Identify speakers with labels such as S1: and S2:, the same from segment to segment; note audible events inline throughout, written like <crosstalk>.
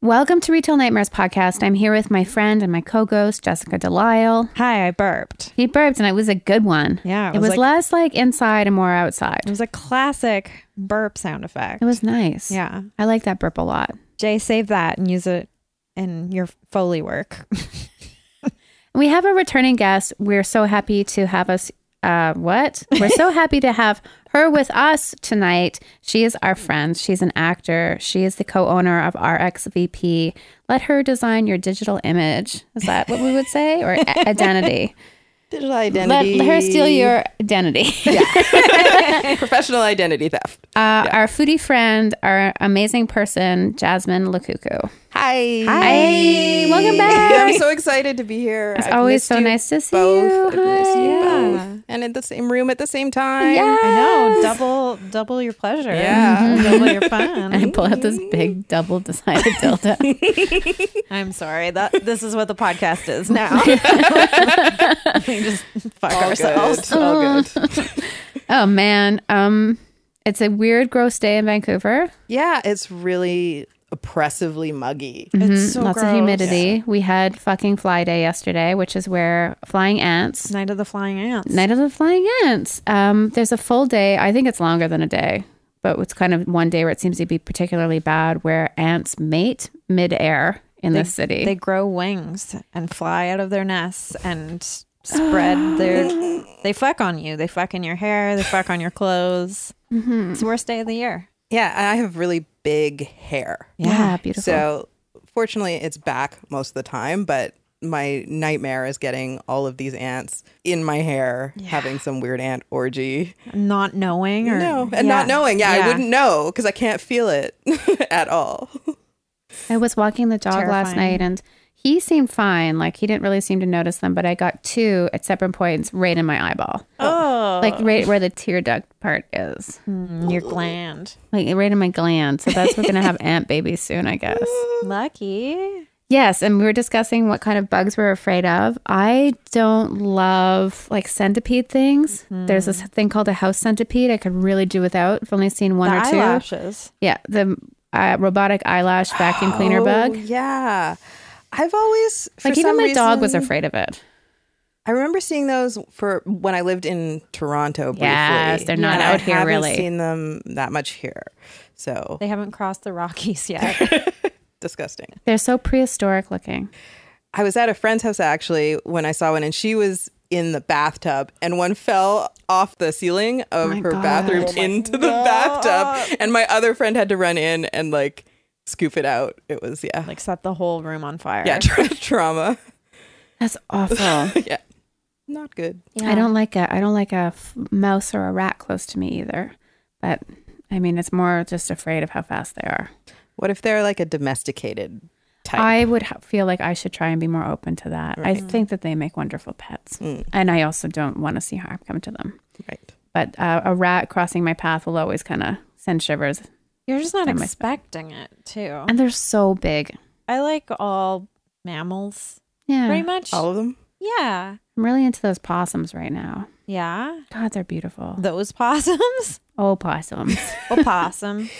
S1: Welcome to Retail Nightmares Podcast. I'm here with my friend and my co ghost, Jessica Delisle.
S2: Hi, I burped.
S1: He burped and it was a good one.
S2: Yeah,
S1: It was,
S2: like,
S1: less like inside and more outside.
S2: it was a classic burp sound effect.
S1: It was nice.
S2: yeah.
S1: I like that burp a lot.
S2: Jay, save that and use it in your Foley work. <laughs>
S1: We have a returning guest. We're so happy to have us. Uh, what?
S3: <laughs>
S1: We're so happy to have her with us tonight. She is our friend. She's an actor. She is the co owner of RXVP. Let her design your digital image. Is that what we would say?
S3: <laughs>
S1: Or a- identity?
S3: Digital
S1: Let,
S3: identity.
S1: let her steal your
S3: <laughs>
S1: identity.
S3: professional identity theft.
S1: Uh, Our foodie friend, our amazing person, Jasmine Lakuku.
S3: Hi.
S1: Hey,
S3: <laughs>
S1: welcome back.
S3: I'm so excited to be here.
S1: It's
S3: I've
S1: always
S3: missed
S1: so
S3: you
S1: nice to see
S3: both.
S1: you.
S3: I've missed you
S1: Hi.
S3: both. And in the same room at the same time.
S1: Yeah.
S2: I know, double double your pleasure. Mm-hmm.
S3: Yeah.
S2: double
S1: <laughs>
S2: your
S1: I
S2: <laughs> fun.
S1: pull out this big double decided <laughs> dildo.
S2: I'm sorry. That this is what the podcast is <laughs> now. we just fuck
S3: All
S2: ourselves.
S3: good. All
S1: <laughs>
S3: good.
S1: oh man, um, it's a weird, gross day in Vancouver.
S3: Yeah, it's really oppressively muggy.
S2: It's so
S1: Lots of
S2: gross.
S1: humidity. We had fucking fly day yesterday, which is where flying ants.
S2: Night of the flying ants.
S1: Night of the Flying Ants. Um, there's a full day. I think it's longer than a day, but it's kind of one day where it seems to be particularly bad, where ants mate midair in this city.
S2: They grow wings and fly out of their nests and spread their. They fuck on you. They fuck in your hair. They fuck on your clothes. It's the worst day of the year.
S3: Yeah, I have really big hair.
S1: yeah, beautiful.
S3: So fortunately it's back most of the time, but my nightmare is getting all of these ants in my hair, having some weird ant orgy.
S2: Not knowing or
S3: No, and not
S2: Yeah.
S3: knowing. Yeah, I wouldn't know because I can't feel it <laughs> at all.
S1: I was walking the dog last
S2: Terrifying.
S1: night and he seemed fine. Like he didn't really seem to notice them, but I got two at separate points right in my eyeball.
S2: Oh,
S1: Like right where the tear duct part is.
S2: Mm, your gland.
S1: Like right in my gland. So that's we're
S3: <laughs>
S1: gonna have ant babies soon, I guess.
S2: Lucky.
S1: Yes, and we were discussing what kind of bugs we're afraid of. I don't love like centipede things.
S3: Mm-hmm.
S1: There's this thing called a house centipede. I could really do without. I've only seen one
S2: The
S1: or two.
S2: eyelashes.
S1: Yeah, the uh, robotic eyelash vacuum cleaner
S3: Oh,
S1: bug.
S3: Yeah. I've always for
S1: Like even
S3: some
S1: my dog was
S3: reason-
S1: afraid of it.
S3: I remember seeing those for when I lived in Toronto briefly.
S1: Yes, they're not
S3: and
S1: out
S3: I
S1: here,
S3: haven't
S1: really.
S3: Seen them that much here, so
S2: They haven't crossed the Rockies yet.
S3: disgusting.
S1: They're so prehistoric looking.
S3: I was at a friend's house actually when I saw one, and she was in the bathtub, and one fell off the ceiling of
S1: My
S3: her
S1: God.
S3: bathroom into the bathtub, and my other friend had to run in and like scoop it out. It was yeah,
S2: like set the whole room on fire.
S3: yeah, <laughs> tra- trauma.
S1: That's <laughs> awful.
S3: yeah, not good.
S1: I don't like a I don't like a f- mouse or a rat close to me either. But I mean, it's more just afraid of how fast they are.
S3: What if they're like a domesticated type?
S1: I would ha- feel like I should try and be more open to that. I think that they make wonderful pets,
S3: Mm.
S1: and I also don't want to see harm come to them.
S3: right.
S1: But uh, a rat crossing my path will always kind of send shivers,
S2: You're just not
S1: That might-
S2: expecting it, too.
S1: and they're so big.
S2: I like all mammals
S1: Yeah,
S2: pretty much.
S3: All of them?
S2: Yeah.
S1: I'm really into those possums right now.
S2: Yeah.
S1: God, they're beautiful.
S2: Those possums.
S1: Oh, <laughs> possums! <laughs>
S2: Opossum.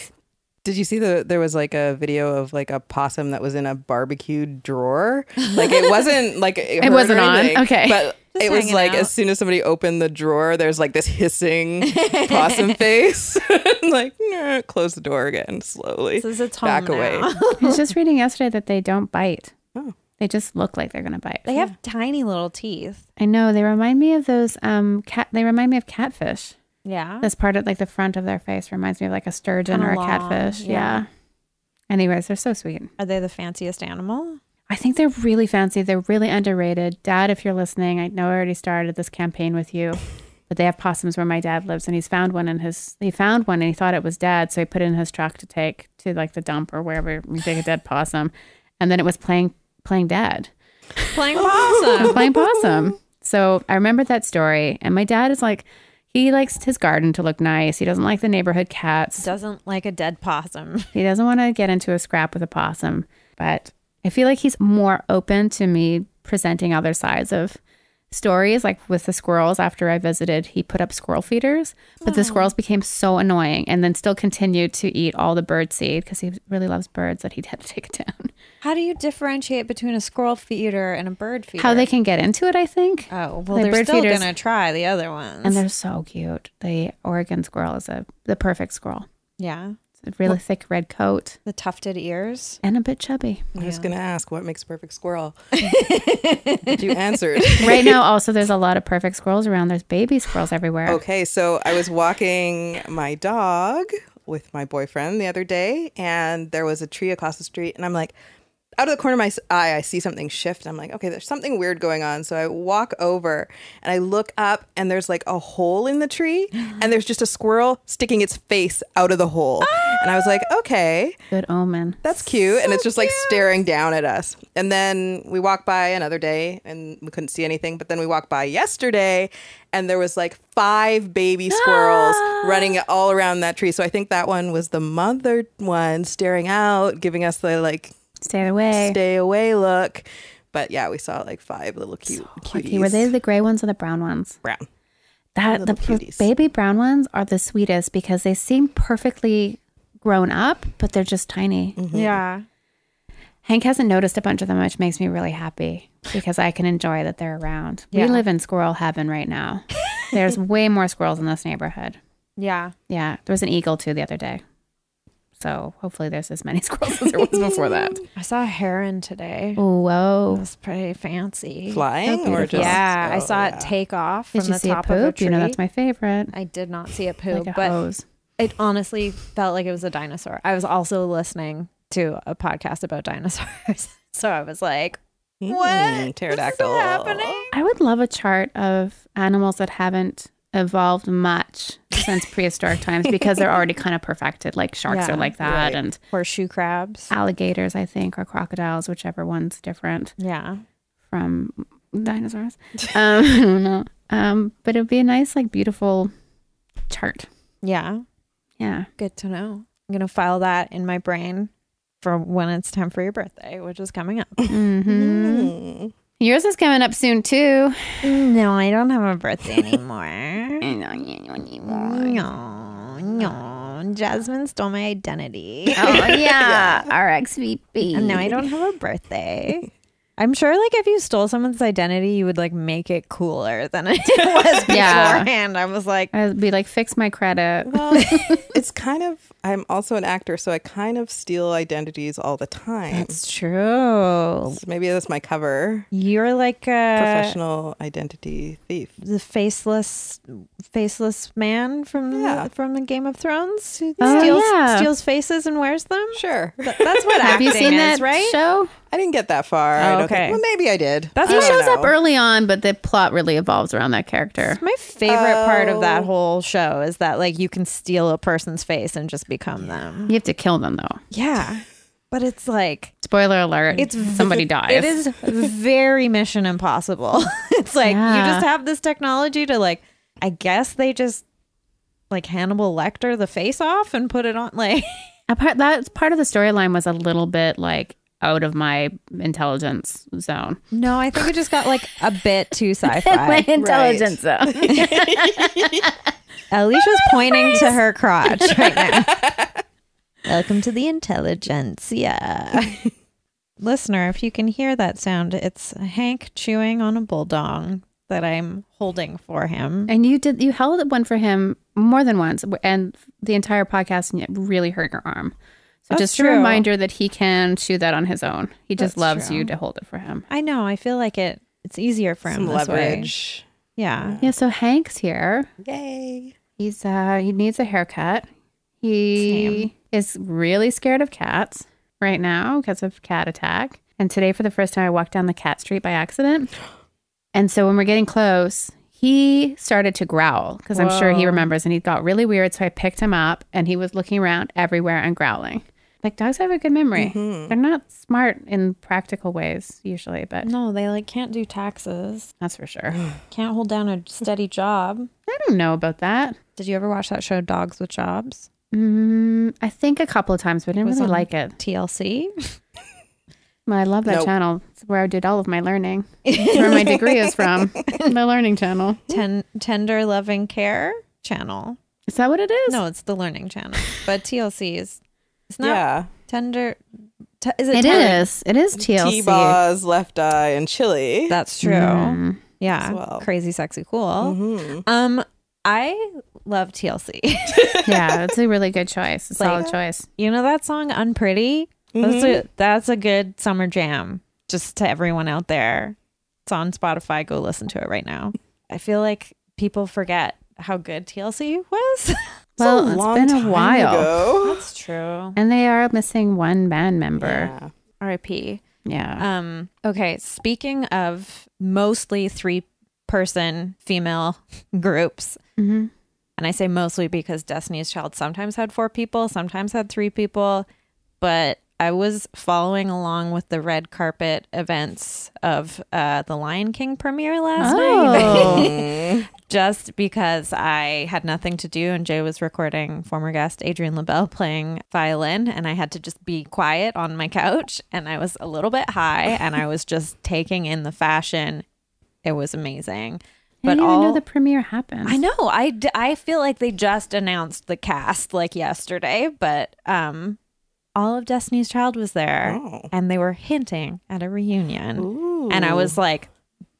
S3: Did you see the there was like a video of like a possum that was in a barbecue drawer? Like it wasn't <laughs> like it, hurt or
S1: wasn't on?
S3: anything,
S1: Okay.
S3: but
S2: Just
S3: it was
S2: hanging
S3: like
S2: out.
S3: as soon as somebody opened the drawer, there's like this hissing
S2: <laughs>
S3: possum face, <laughs> like nah, close the door again slowly.
S2: This is its home
S3: back
S2: now.
S3: away.
S1: <laughs> I
S2: <laughs>
S1: was just reading yesterday that they don't bite.
S3: Oh.
S1: They just look like they're gonna bite.
S2: They have tiny little teeth.
S1: I know they remind me of those um cat. They remind me of catfish.
S2: Yeah.
S1: This part of like the front of their face reminds me of like a sturgeon
S2: Oh. Kinda
S1: or a
S2: long,
S1: catfish. Yeah.
S2: yeah.
S1: Anyways, they're so sweet.
S2: Are they the fanciest animal?
S1: I think they're really fancy. They're really underrated. Dad, if you're listening, I know I already started this campaign with
S2: <laughs>
S1: you, but they have possums where my dad lives, and he's found one in his. He found one and he thought it was dead, so he put it in his truck to take to like the dump or wherever you take a dead possum, and then it was playing playing dead.
S2: <laughs> Playing
S1: I'm
S2: possum.
S1: playing possum. So I remembered that story, and my dad is like, he likes his garden to look nice. He doesn't like the neighborhood cats.
S2: Doesn't like a dead possum.
S1: He doesn't want to get into a scrap with a possum. But I feel like he's more open to me presenting other sides of stories, like with the squirrels after I visited, he put up squirrel feeders, but the squirrels became so annoying and then still continued to eat all the bird seed because he really loves birds that he had to take it down.
S2: How do you differentiate between a squirrel feeder and a bird feeder?
S1: How they can get into it, I think.
S2: Oh, well,
S1: the
S2: they're
S1: bird
S2: still
S1: feeders-
S2: gonna try the other ones.
S1: And they're so cute. The Oregon squirrel is a the perfect squirrel.
S2: yeah,
S1: It's a really thick red coat
S2: the tufted ears.
S1: and a
S3: <laughs>
S1: bit chubby.
S3: I was going to ask what makes perfect
S2: <laughs>
S3: squirrel. but you answered.
S1: Right now, also, there's a lot of perfect squirrels around. There's baby squirrels everywhere.
S3: Okay, so I was walking my dog with my boyfriend the other day, and there was a tree across the street, and I'm like, out of the corner of my s- eye, I see something shift. I'm like, okay, there's something weird going on. So I walk over and I look up, and there's like a hole in the tree, and there's just a squirrel sticking its face out of the hole. And I was like, okay,
S1: Good omen.
S3: that's cute. and it's just like staring down at us. And then we walked by another day and we couldn't see anything. But then we walked by yesterday and there was like five
S2: <gasps>
S3: baby squirrels running all around that tree. So I think that one was the mother one staring out, giving us the like
S1: Stay
S2: Eh.
S1: away.
S3: stay away look. But yeah, we saw like five little cute
S1: Lucky.
S3: cuties.
S1: Were they the gray ones or the brown ones?
S3: brown?
S1: That the
S3: Little
S1: p-
S3: cuties.
S1: baby brown ones are the sweetest because they seem perfectly grown up, but they're just tiny.
S3: Mm.
S2: Yeah,
S1: Hank hasn't noticed a bunch of them, which makes me really happy because I can enjoy that they're around.
S2: Yeah.
S1: We live in squirrel heaven right now.
S3: <laughs>
S1: There's way more squirrels in this neighborhood.
S2: yeah.
S1: Yeah, there was an eagle too the other day. So hopefully there's as many <laughs> squirrels as there was before that.
S2: I saw a heron today. It
S1: Whoa.
S2: was pretty fancy.
S3: Flying or
S1: beautiful.
S3: just
S2: Yeah, I
S3: oh,
S2: saw
S3: yeah.
S2: it take off from
S1: Did you
S2: the
S1: see a
S2: top of a
S1: poop?
S2: tree.
S1: You know that's my favorite.
S2: I did not see a poop,
S1: Like a
S2: but
S1: hose.
S2: it honestly felt like it was a dinosaur. I was also listening to a podcast about <laughs> dinosaurs, so I was like,
S3: Mm,
S2: "What
S3: pterodactyl.
S2: is happening?"
S1: I would love a chart of animals that haven't evolved much <laughs> since prehistoric times because they're already kind of perfected. Like sharks
S2: Yeah,
S1: are like that,
S3: right.
S1: and
S2: Horseshoe crabs.
S1: alligators, I think, or crocodiles, whichever one's different
S2: Yeah,
S1: from <laughs> dinosaurs. Um, I don't know. Um, but it would be a nice, like, beautiful chart.
S2: yeah.
S1: Yeah.
S2: Good to know. I'm gonna file that in my brain for when it's time for your birthday, which is coming <laughs> up.
S1: hmm
S2: Mm-hmm.
S3: Mm.
S1: Yours is coming up soon too.
S2: no, I don't have a <laughs> birthday anymore. <laughs>
S1: Oh
S2: no, no. Jasmine stole my identity. <laughs>
S1: yeah, RXVP.
S2: And now I don't have a birthday. I'm sure, like, if you stole someone's identity, you would like make it cooler than it <laughs> was
S1: Yeah.
S2: beforehand. I was like,
S1: I'd be like, fix my credit.
S3: it's kind of I'm also an actor, so I kind of steal identities all the time.
S2: it's true.
S3: So maybe that's my cover.
S2: You're like
S1: Uh,
S2: a
S3: Professional identity thief.
S2: the faceless, faceless man from
S3: Yeah.
S2: the, from the Game of Thrones who
S1: Oh,
S2: steals
S1: yeah.
S2: steals faces and wears them.
S3: Sure.
S2: Th- That's what
S1: Have
S2: acting
S1: you seen
S2: is,
S1: that
S2: right?
S1: show?
S3: I didn't get that far. I
S2: Oh,
S3: don't think-
S2: okay.
S3: well, maybe I did.
S2: That's
S3: I
S1: He
S2: what
S3: don't
S1: shows up
S3: know.
S1: early on, but the plot really evolves around that character.
S2: My favorite part of that
S3: Oh.
S2: whole show is that like you can steal a person's face and just become them.
S1: You have to kill them though.
S2: Yeah. But it's like
S1: Spoiler alert.
S2: It's v-
S1: somebody dies.
S2: It is very Mission Impossible. <laughs> it's like you
S1: Yeah.
S2: just have this technology to like. I guess they just like Hannibal Lecter the face off and put it on. Like <laughs>
S1: a part that part of the storyline was a little bit like out of my intelligence zone.
S2: no, I think it just got like a bit too
S1: <laughs>
S2: <laughs> sci-fi.
S1: intelligence zone.
S2: <laughs> Alicia's pointing to her <laughs> crotch right now. Welcome to the intelligence. Yeah. <laughs> Listener, if you can hear that sound, it's Hank chewing on a bulldog that I'm holding for him.
S1: and you did you held one for him more than once, and the entire podcast and it really hurt your arm. So
S2: That's
S1: just a
S2: true.
S1: reminder that he can chew that on his own. He just
S2: That's
S1: loves
S2: true.
S1: you to hold it for him.
S2: I know. I feel like it. It's easier for him
S3: Some
S2: this way.
S3: leverage.
S2: Yeah.
S1: Yeah. So Hank's here.
S3: Yay.
S1: He's uh he needs a haircut. He is really scared of cats right now because of cat attack. And today for the first time I walked down the cat street by accident. <gasps> And so when we're getting close, he started to growl because I'm sure he
S2: Whoa.
S1: remembers and he got really weird. So I picked him up and he was looking around everywhere and growling. Like dogs have a good memory.
S2: Mm-hmm.
S1: They're not smart in practical ways usually, but
S2: No, they like can't do taxes.
S1: that's for sure.
S2: Can't hold down a steady job.
S1: I don't know about that.
S2: Did you ever watch that show Dogs with Jobs?
S1: Mm, I think a couple of times, but I didn't
S2: was <laughs>
S1: really
S2: on
S1: like it.
S2: TLC.
S1: Well, I love that
S3: Nope.
S1: channel. It's where I did all of my learning. It's where my degree is from. The learning channel.
S2: Ten- tender loving care channel.
S1: Is that what it is?
S2: No, it's the learning channel, but TLC is it's not
S3: yeah.
S2: tender. T- is it?
S1: It
S2: tender?
S1: is. It is TLC.
S3: T Boz, Left Eye, and Chili.
S2: That's true.
S1: Mm.
S2: Yeah,
S3: As well.
S2: crazy, sexy, cool.
S3: Mhm.
S2: Um, I love <laughs> TLC.
S1: <laughs> yeah, it's a really good choice. It's a
S2: Like-
S1: solid choice.
S2: you know that song "Unpretty." That's a that's a good summer jam. Just to everyone out there, it's on Spotify. Go listen to it right now. I feel like people forget how good TLC was. <laughs>
S1: Well,
S3: a long
S1: it's been
S3: time
S1: a while. <gasps>
S3: ago.
S2: That's true.
S1: And they are missing one band member.
S3: Yeah.
S2: R.I.P.
S1: Yeah.
S2: Um, okay, speaking of mostly three person female <laughs> groups,
S1: Mhm.
S2: and I say mostly because Destiny's Child sometimes had four people, sometimes had three people, but I was following along with the red carpet events of uh, the Lion King premiere last
S1: Oh.
S2: night <laughs> just because I had nothing to do and Jay was recording former guest Adrian LaBelle playing violin and I had to just be quiet on my couch and I was a little bit high and I was just taking in the fashion. It was amazing.
S1: I
S2: But
S1: didn't even
S2: all
S1: know the premiere happened.
S2: I know. I, d- I feel like they just announced the cast like yesterday, but um all of Destiny's Child was there
S3: Oh.
S2: and they were hinting at a reunion.
S3: Ooh.
S2: And I was like,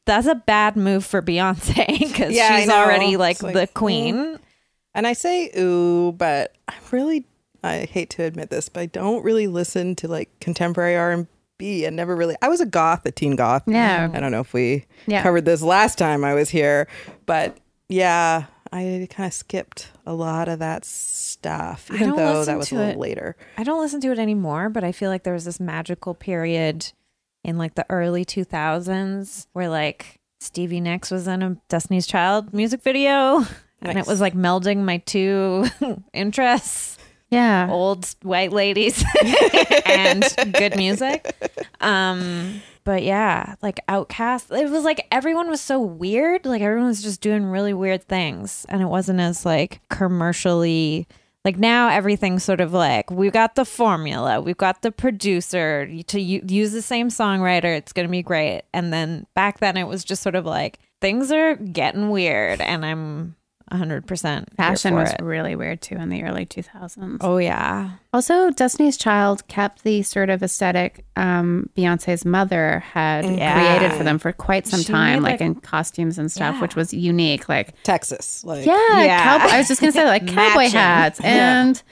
S2: that's a bad move for Beyonce <laughs> because
S3: Yeah, I
S2: she's
S3: know.
S2: already like,
S3: It's like, mm.
S2: the queen.
S3: And I say ooh, but I really I hate to admit this, but I don't really listen to like contemporary R and B. and never really I was a goth, a teen goth.
S1: Yeah.
S3: I don't know if we
S1: Yeah.
S3: covered this last time I was here, but yeah, I kind of skipped a lot of that stuff, even
S2: don't
S3: though
S2: listen
S3: that was
S2: to
S3: a little
S2: it.
S3: later.
S2: I don't listen to it anymore, but I feel like there was this magical period in like the early 2000s where like Stevie Nicks was in a Destiny's Child music video. And it
S3: Nice.
S2: was like melding my two <laughs> interests
S1: Yeah.
S2: old white ladies and good music. Um, but yeah, like Outcast, it was like everyone was so weird. Like everyone was just doing really weird things, and it wasn't as like commercially. Like now, everything's sort of like we've got the formula, we've got the producer to u- use the same songwriter. It's gonna be great. And then back then, it was just sort of like things are getting weird, and I'm 100 percent
S1: Fashion was
S2: It.
S1: really weird too in the early 2000s.
S2: Oh yeah,
S1: Also, Destiny's Child kept the sort of aesthetic um, Beyonce's mother had
S2: Yeah.
S1: created for them for quite some
S2: She
S1: time,
S2: made,
S1: like,
S2: like-
S1: in costumes and stuff,
S2: Yeah.
S1: which was unique. Like,
S3: Texas. Like
S1: yeah,
S2: Yeah.
S1: Cowboy, I was just gonna say like cowboy
S2: Matching.
S1: hats and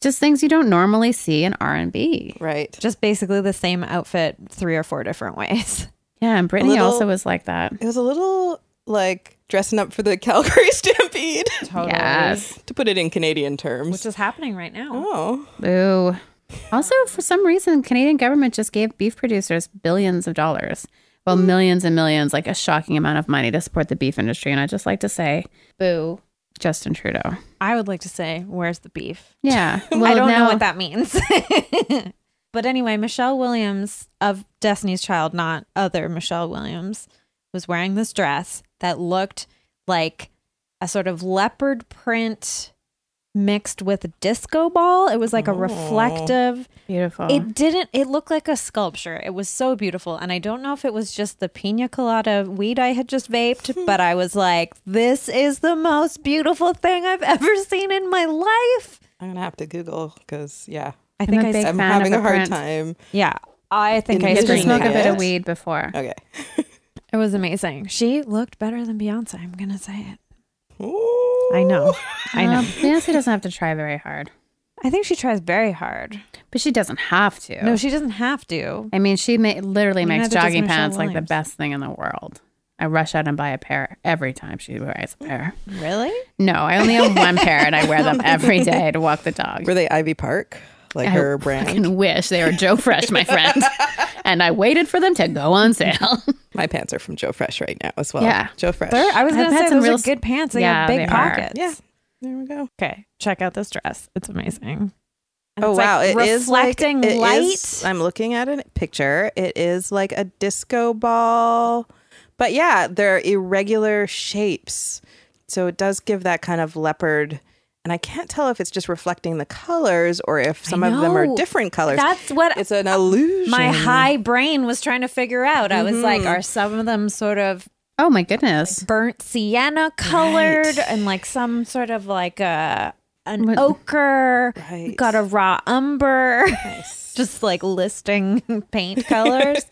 S1: just things you don't normally see in R and B.
S3: right.
S2: just basically the same outfit three or four different ways. <laughs>
S1: Yeah, and Britney
S3: little-
S1: also was like that.
S3: It was a little like dressing up for the <laughs> Calgary Stampede,
S2: <laughs> Totally.
S1: Yes.
S3: to put it in Canadian terms.
S2: Which is happening right now.
S3: oh.
S1: Ooh. Also, for some reason, Canadian government just gave beef producers billions of dollars. Well,
S2: Mm.
S1: millions and millions, like a shocking amount of money to support the beef industry. And I just like to say, boo, Justin Trudeau.
S2: I would like to say, where's the beef?
S1: Yeah. Well,
S2: <laughs> I don't
S1: now,
S2: know what that means. <laughs> but anyway, Michelle Williams of Destiny's Child, not other Michelle Williams, was wearing this dress that looked like a sort of leopard print mixed with a disco ball. It was like a
S3: Oh.
S2: reflective
S1: Beautiful.
S2: It didn't. It looked like a sculpture. It was so beautiful, and I don't know if it was just the pina colada weed I had
S1: <laughs>
S2: just vaped, but I was like, "This is the most beautiful thing I've ever seen in my life."
S3: I'm gonna have to Google because yeah,
S2: I
S1: I'm
S2: think
S1: a
S2: I,
S1: big-
S2: said-
S3: I'm
S1: fan
S3: having
S1: of
S3: a
S1: a
S3: hard
S1: print.
S3: time.
S2: yeah, I think
S3: Did
S2: I
S1: Did you smoke
S2: screamed.
S1: a bit
S2: it.
S1: of weed before?
S3: Okay.
S2: It was amazing. She looked better than Beyonce. I'm gonna say it.
S3: Ooh.
S2: I know. <laughs> I know.
S1: Well, Beyonce doesn't have to try very hard,
S2: I think she tries very hard.
S1: but she doesn't have to.
S2: No, she doesn't have to.
S1: I mean, she ma- literally makes
S2: neither does
S1: jogging
S2: Michelle
S1: pants like the
S2: Williams.
S1: best thing in the world. I rush out and buy a pair every time she wears a pair.
S2: Really?
S1: No, I only have one pair and I wear
S2: <laughs>
S1: them every day to walk the dog.
S3: Were they Ivy Park? Like
S1: I
S3: her brand?
S1: fucking wish they were Joe Fresh, my friend. and I waited for them to go on sale. <laughs>
S3: My pants are from Joe Fresh right now as well.
S1: Yeah.
S3: Joe Fresh.
S2: There, I was
S1: I've
S2: gonna
S1: had
S2: say
S1: some
S2: those
S1: real
S2: are
S1: s-
S2: good pants. They
S1: Yeah,
S2: have big
S1: they are.
S2: pockets.
S3: yeah. There we go.
S2: Okay, check out this dress. It's amazing. And
S3: oh
S2: it's, like,
S3: wow! it is like-
S2: reflecting
S3: it is-
S2: light.
S3: I'm looking at a picture. It is like a disco ball, but yeah, they're irregular shapes, so it does give that kind of leopard And I can't tell if it's just reflecting the colors or if some of them are
S2: know.
S3: different colors.
S2: That's what
S3: it's an illusion.
S2: my high brain was trying to figure out. I was like, are some of them sort of
S1: Oh my goodness.
S2: burnt sienna colored and like some sort of like a an
S1: What-
S2: ochre
S3: Right.
S2: got a raw umber just like listing <laughs> paint colors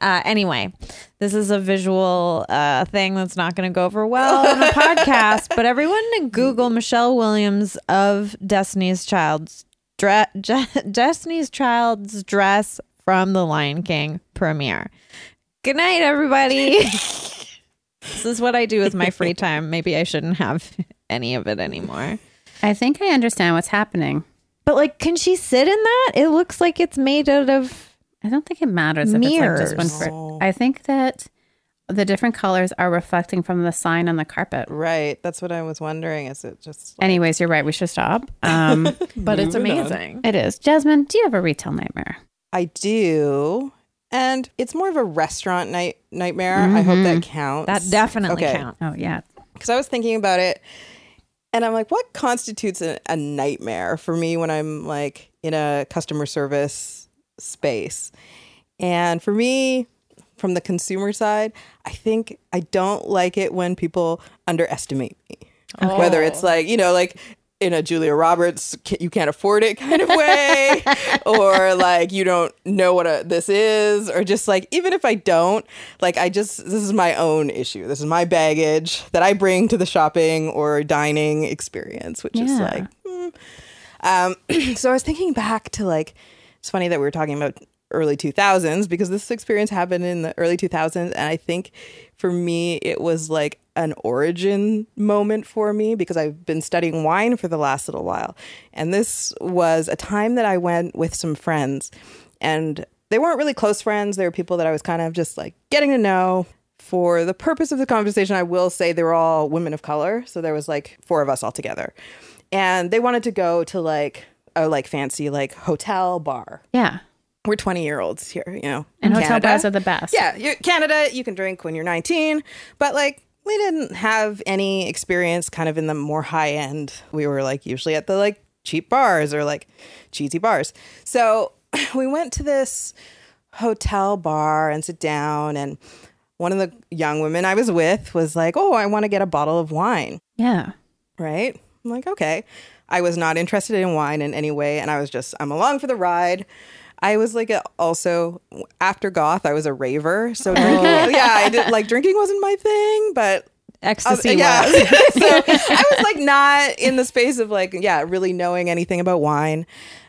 S2: uh anyway this is a visual uh thing that's not going to go over well on a podcast but everyone can google michelle williams of destiny's child's Dre- <laughs> Je- destiny's child's dress from the lion king premiere good night everybody this is what I do with my free time. Maybe I shouldn't have <laughs> any of it anymore.
S1: I think I understand what's happening.
S2: But like, can she sit in that? It looks like it's made out of.
S1: I don't think it matters if it's like
S2: Mirrors.
S1: just one for. I think that the different colors are reflecting from the sign on the carpet.
S3: Right. That's what I was wondering. Is it just
S1: Anyways, you're right. We should stop.
S3: <laughs>
S1: Um,
S2: But it's amazing.
S1: it is. Jasmine, do you have a retail nightmare?
S3: I do. And it's more of a restaurant night nightmare. I hope that counts.
S2: That definitely
S3: Okay.
S2: counts.
S1: Oh, yeah.
S3: because I was thinking about it and I'm like, what constitutes a, a nightmare for me when I'm like in a customer service space? And for me, from the consumer side, I think I don't like it when people underestimate me. Whether it's like, you know, like in a Julia Roberts, "Ca- you can't afford it kind of way, or like you don't know what a, this is, or just like, even if I don't, like I just, this is my own issue. This is my baggage that I bring to the shopping or dining experience, which is
S1: Yeah.
S3: like, um, <clears throat> so I was thinking back to like, it's funny that we were talking about early 2000s because this experience happened in the early 2000s. And I think for me, it was like an origin moment for me because I've been studying wine for the last little while. And this was a time that I went with some friends and they weren't really close friends. They were people that I was kind of just like getting to know. For the purpose of the conversation, I will say they were all women of color. So there was like four of us all together and they wanted to go to like a like fancy like hotel bar.
S1: Yeah.
S3: We're 20 year olds here, you know. in
S1: And hotel
S3: Canada.
S1: bars are the best.
S3: Yeah, you're, Canada, you can drink when you're 19, but like we didn't have any experience kind of in the more high end. We were like usually at the like cheap bars or like cheesy bars. So <laughs> we went to this hotel bar and sit down and one of the young women I was with was like, "Oh, I want to get a bottle of wine."
S1: Yeah.
S3: right? I'm like, okay. I was not interested in wine in any way, and I was just, I'm along for the ride. I was like, a, also after goth, I was a raver, so drinking, yeah, I did like drinking wasn't my thing, but um,
S2: Ecstasy.
S3: yeah.
S2: was.
S3: <laughs> so I was like not in the space of like, yeah, really knowing anything about wine.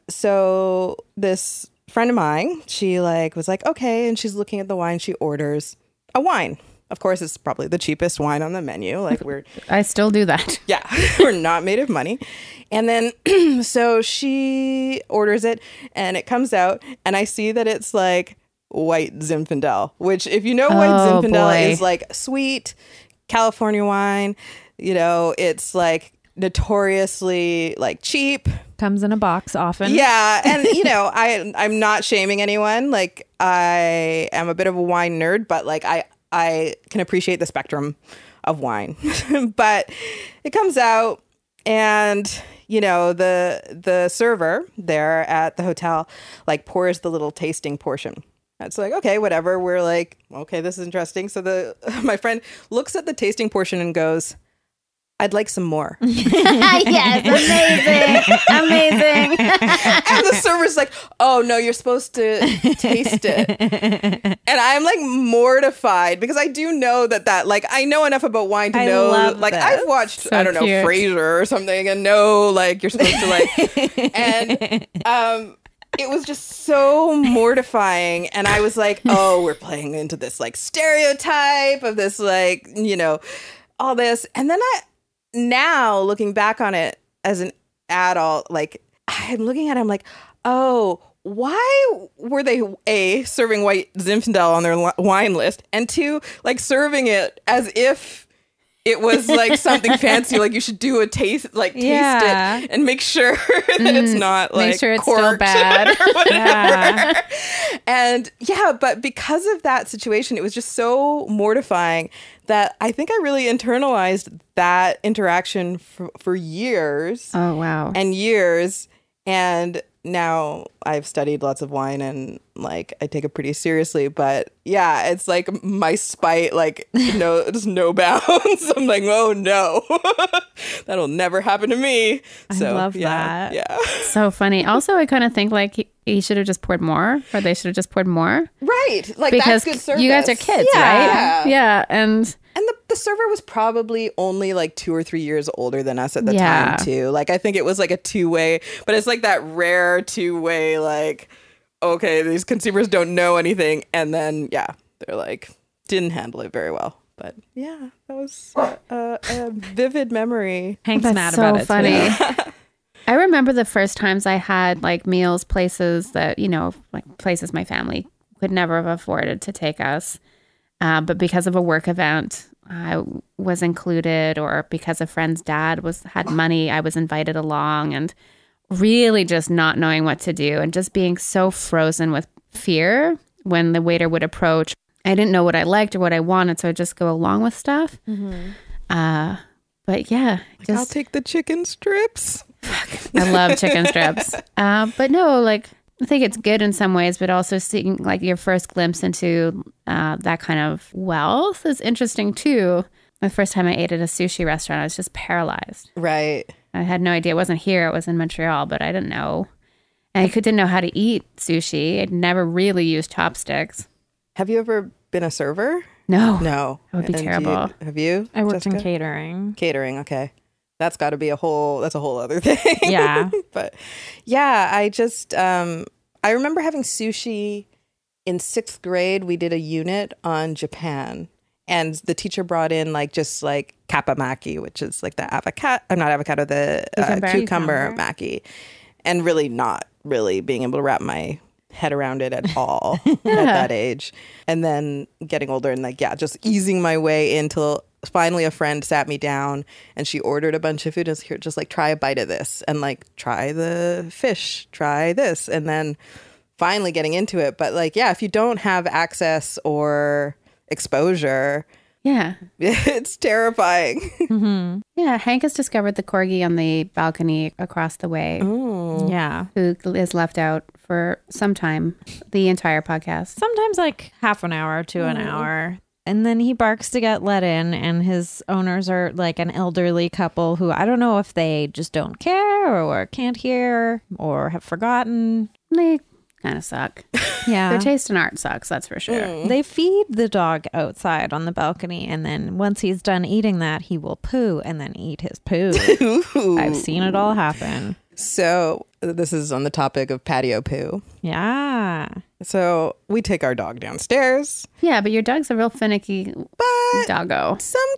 S3: So this friend of mine, she like was like, okay, and she's looking at the wine. She orders a wine. Of course, it's probably the cheapest wine on the menu. Like we're
S1: I still do that. <laughs>
S3: <laughs> yeah, we're not made of money. And then <clears throat> so she orders it and it comes out and I see that it's like white Zinfandel, which if you know white
S1: Oh,
S3: Zinfandel
S1: boy.
S3: is like sweet California wine, you know, it's like notoriously like cheap.
S2: Comes in a box often.
S3: Yeah, and you know, I I'm not shaming anyone. Like I am a bit of a wine nerd, but like I I can appreciate the spectrum of wine. <laughs> but it comes out and you know, the the server there at the hotel like pours the little tasting portion. It's like, okay, whatever. We're like, okay, this is interesting. So the <laughs> my friend looks at the tasting portion and goes, I'd like some more.
S1: yes. Amazing.
S3: <laughs>
S1: amazing.
S3: and the server's like, "Oh no, you're supposed to taste it."
S2: <laughs>
S3: And I'm like mortified because I do know that that like I know enough about wine to
S2: I
S3: know
S2: love
S3: like
S2: this.
S3: I've watched
S1: So
S3: I don't know
S1: cute.
S3: Frasier or something and know like you're supposed to
S2: <laughs>
S3: like and um it was just so mortifying and I was like, "Oh, we're playing into this like stereotype of this like, you know, all this." And then I now looking back on it as an adult, like I'm looking at him like, oh, why were they a serving white Zinfandel on their li- wine list, and two, like serving it as if it was like something fancy, like you should do a taste, like taste
S2: Yeah.
S3: it and make sure <laughs> that it's not like
S1: Make sure it's still
S3: corked <laughs>
S1: bad.
S3: or whatever.
S2: Yeah.
S3: and yeah, but because of that situation, it was just so mortifying that I think I really internalized that interaction for, for years
S1: Oh wow.
S3: and years. And now I've studied lots of wine and like I take it pretty seriously. But yeah, it's like my spite, like <laughs> no, there's no <laughs> bounds. I'm like, oh no, <laughs> that'll never happen to me.
S2: I
S3: So
S2: love
S3: yeah,
S2: that.
S3: Yeah,
S1: So funny. Also, I kind of think like he, he should have just poured more, or they should have just poured more
S3: right. Like
S1: because
S3: that's good service.
S1: you guys are kids,
S3: Yeah.
S1: right? Yeah, and
S3: And the, the server was probably only like two or three years older than us at the
S1: Yeah.
S3: time, too. Like, I think it was like a two way, but it's like that rare two way, like, okay, these consumers don't know anything. And then, yeah, they're like, didn't handle it very well. But yeah, that was uh, a, a vivid memory.
S2: Hank's
S1: That's
S2: mad
S1: so
S2: about it.
S1: funny.
S2: Too. <laughs>
S1: I remember the first times I had like meals, places that you know, like places my family could never have afforded to take us, uh, but because of a work event, I was included, or because a friend's dad was had money, I was invited along, and really just not knowing what to do and just being so frozen with fear when the waiter would approach. I didn't know what I liked or what I wanted, so I just go along with stuff.
S2: Mm-hmm.
S1: Uh, but yeah,
S3: I'll take the chicken strips.
S1: I love chicken strips. Uh, but no, like I think it's good in some ways, but also seeing like your first glimpse into uh, that kind of wealth is interesting too. The first time I ate at a sushi restaurant, I was just paralyzed.
S3: Right.
S1: I had no idea. It wasn't here. It was in Montreal, but I didn't know. And I could, didn't know how to eat sushi. I'd never really used chopsticks.
S3: Have you ever been a server?
S1: No.
S3: No.
S1: That would be
S3: do
S1: terrible.
S3: You, have you?
S2: I worked in
S3: Jessica?
S2: catering.
S3: catering okay that's got to be a whole that's a whole other <laughs> thing
S2: Yeah.
S3: but yeah i just um i remember having sushi in sixth grade we did a unit on japan and the teacher brought in like just like kapamaki which is like the avocado or not avocado the
S1: Cucumber.
S3: uh, cucumber
S1: Cucumber.
S3: maki and really not really being able to wrap my head around it <laughs> at all at that age. And then getting older and like, yeah, just easing my way into finally a friend sat me down and she ordered a bunch of food and was here, just like try a bite of this and like try the fish, try this. And then finally getting into it. But like, yeah, if you don't have access or exposure, <laughs>
S1: Yeah.
S3: it's terrifying.
S1: Yeah. Hank has discovered the corgi on the balcony across the way.
S3: Mm.
S2: Yeah.
S1: who is left out for some time, the entire podcast.
S2: Sometimes like half an hour to
S3: Mm.
S2: an hour. And then he barks to get let in, and his owners are like an elderly couple who I don't know if they just don't care or can't hear or have forgotten.
S1: They kind of suck.
S2: Yeah.
S1: Their taste in art sucks, that's for sure.
S3: Mm.
S2: They feed the dog outside on the balcony, and then once he's done eating that, he will poo and then eat his poo. <laughs> I've seen it all happen.
S3: So, this is on the topic of patio poo.
S2: Yeah.
S3: So, we take our dog downstairs.
S1: Yeah, but your dog's a real finicky
S3: But
S1: doggo.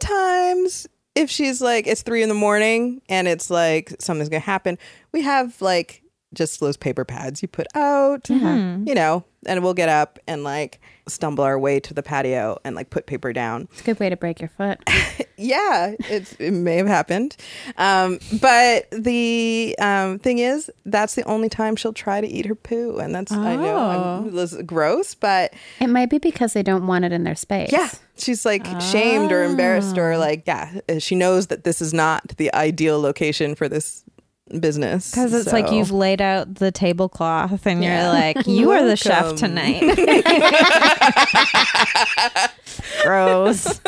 S3: sometimes if she's like it's three in the morning and it's like something's gonna happen we have like just those paper pads you put out you know and we'll get up and like stumble our way to the patio and like put paper down
S1: It's a good way to break your foot.
S3: yeah it's, it may have happened um, but the um, thing is that's the only time she'll try to eat her poo and that's i know
S2: Oh.
S3: I'm, this is gross but
S1: <laughs> It might be because they don't want it in their space.
S3: yeah. She's like shamed or embarrassed
S2: Ah.
S3: or like, yeah, uh, she knows that this is not the ideal location for this business.
S2: Because it's like
S3: so-
S2: you've <laughs> laid out the tablecloth and you're like, you are the chef <laughs> tonight. Gross.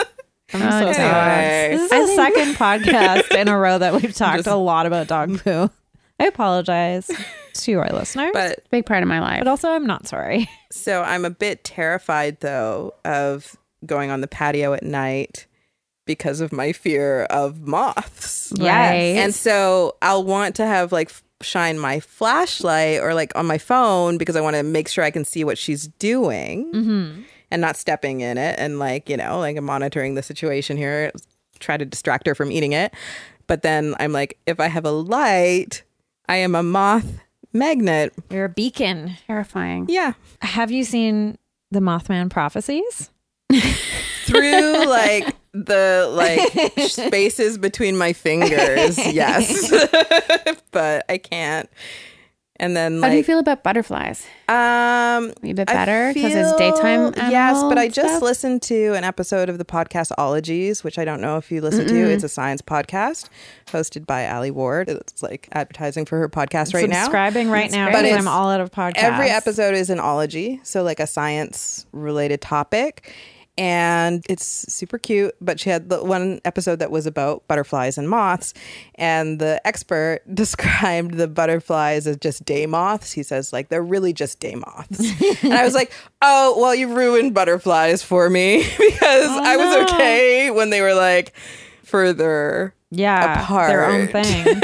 S2: I'm so
S1: Oh,
S2: sorry. This is the second podcast in a row that <laughs> we've talked a lot about <laughs> dog poo. I apologize to our listeners, but,
S3: But
S1: Big part of my life.
S2: also I'm not sorry. <laughs>
S3: so I'm a bit terrified though of going on the patio at night because of my fear of moths.
S1: Yes.
S3: And so I'll want to have like f- shine my flashlight or like on my phone because I want to make sure I can see what she's doing and not stepping in it and like, you know, like I'm monitoring the situation here, try to distract her from eating it. But then I'm like, if I have a light, I am a moth magnet.
S2: You're a beacon.
S1: Terrifying.
S3: Yeah.
S2: Have you seen the Mothman prophecies?
S3: Through
S1: <laughs>
S3: like the like <laughs>
S1: <laughs>
S3: spaces between my fingers. Yes. but I can't And then
S1: How
S3: like
S1: do you feel about butterflies?
S3: um
S1: A bit
S3: I
S1: better because it's daytime.
S3: feel- Yes,
S1: animal
S3: but I
S1: and
S3: just
S1: stuff?
S3: listened to an episode of the podcast Ologies, which I don't know if you listen to. It's a science podcast hosted by Ali Ward. It's like advertising for her podcast right now.
S2: Subscribing right now
S1: great.
S2: because
S3: But
S2: I'm
S3: it's-
S2: all out of podcasts.
S3: Every episode is an ology, so like a science related topic. And it's super cute. But she had the one episode that was about butterflies and moths. And the expert <laughs> described the butterflies as just day moths. He says, like, they're really just day moths. and I was like, oh, well, you ruined butterflies for me <laughs> because I was
S2: no.
S3: okay when they were like further
S2: yeah, their own
S3: apart.
S2: thing.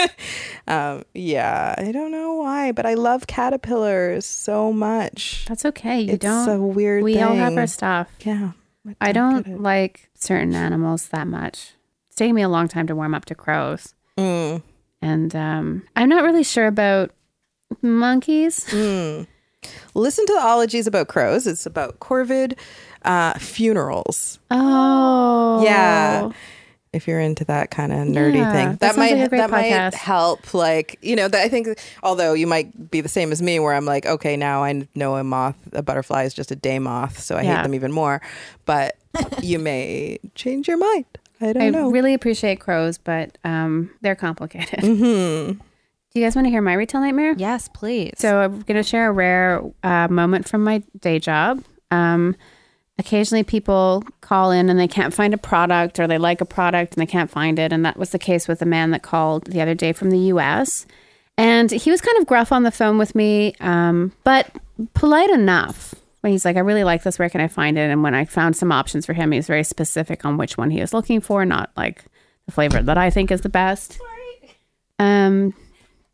S3: um, yeah, I don't know why, but I love caterpillars so much.
S1: That's okay. You
S3: it's
S1: don't.
S3: a weird
S1: we
S3: thing.
S1: all have our stuff.
S3: yeah.
S1: I
S3: get it.
S1: don't like certain animals that much. It's taking me a long time to warm up to crows.
S3: Mm,
S1: And um, I'm not really sure about monkeys.
S3: mm. Listen to the ologies about crows. It's about corvid uh, funerals.
S1: Oh.
S3: Yeah. If you're into that kind of nerdy
S1: Yeah,
S3: thing,
S1: that
S3: that,
S1: sounds
S3: might
S1: like a great
S3: that might
S1: podcast.
S3: help. Like you know, that I think although you might be the same as me, where I'm like, okay, now I know a moth, a butterfly is just a day moth, so I
S1: Yeah.
S3: hate them even more. But you may change your mind. I don't
S1: I
S3: know.
S1: really appreciate crows, but um, they're complicated. Do you guys want to hear my retail nightmare?
S2: yes, please.
S1: So I'm going to share a rare uh, moment from my day job. Um, occasionally, people call in and they can't find a product, or they like a product and they can't find it. And that was the case with a man that called the other day from the U.S. And he was kind of gruff on the phone with me, um, but polite enough. When he's like, I really like this, where can I find it? And when I found some options for him, he was very specific on which one he was looking for, not like the flavor that I think is the best. Um,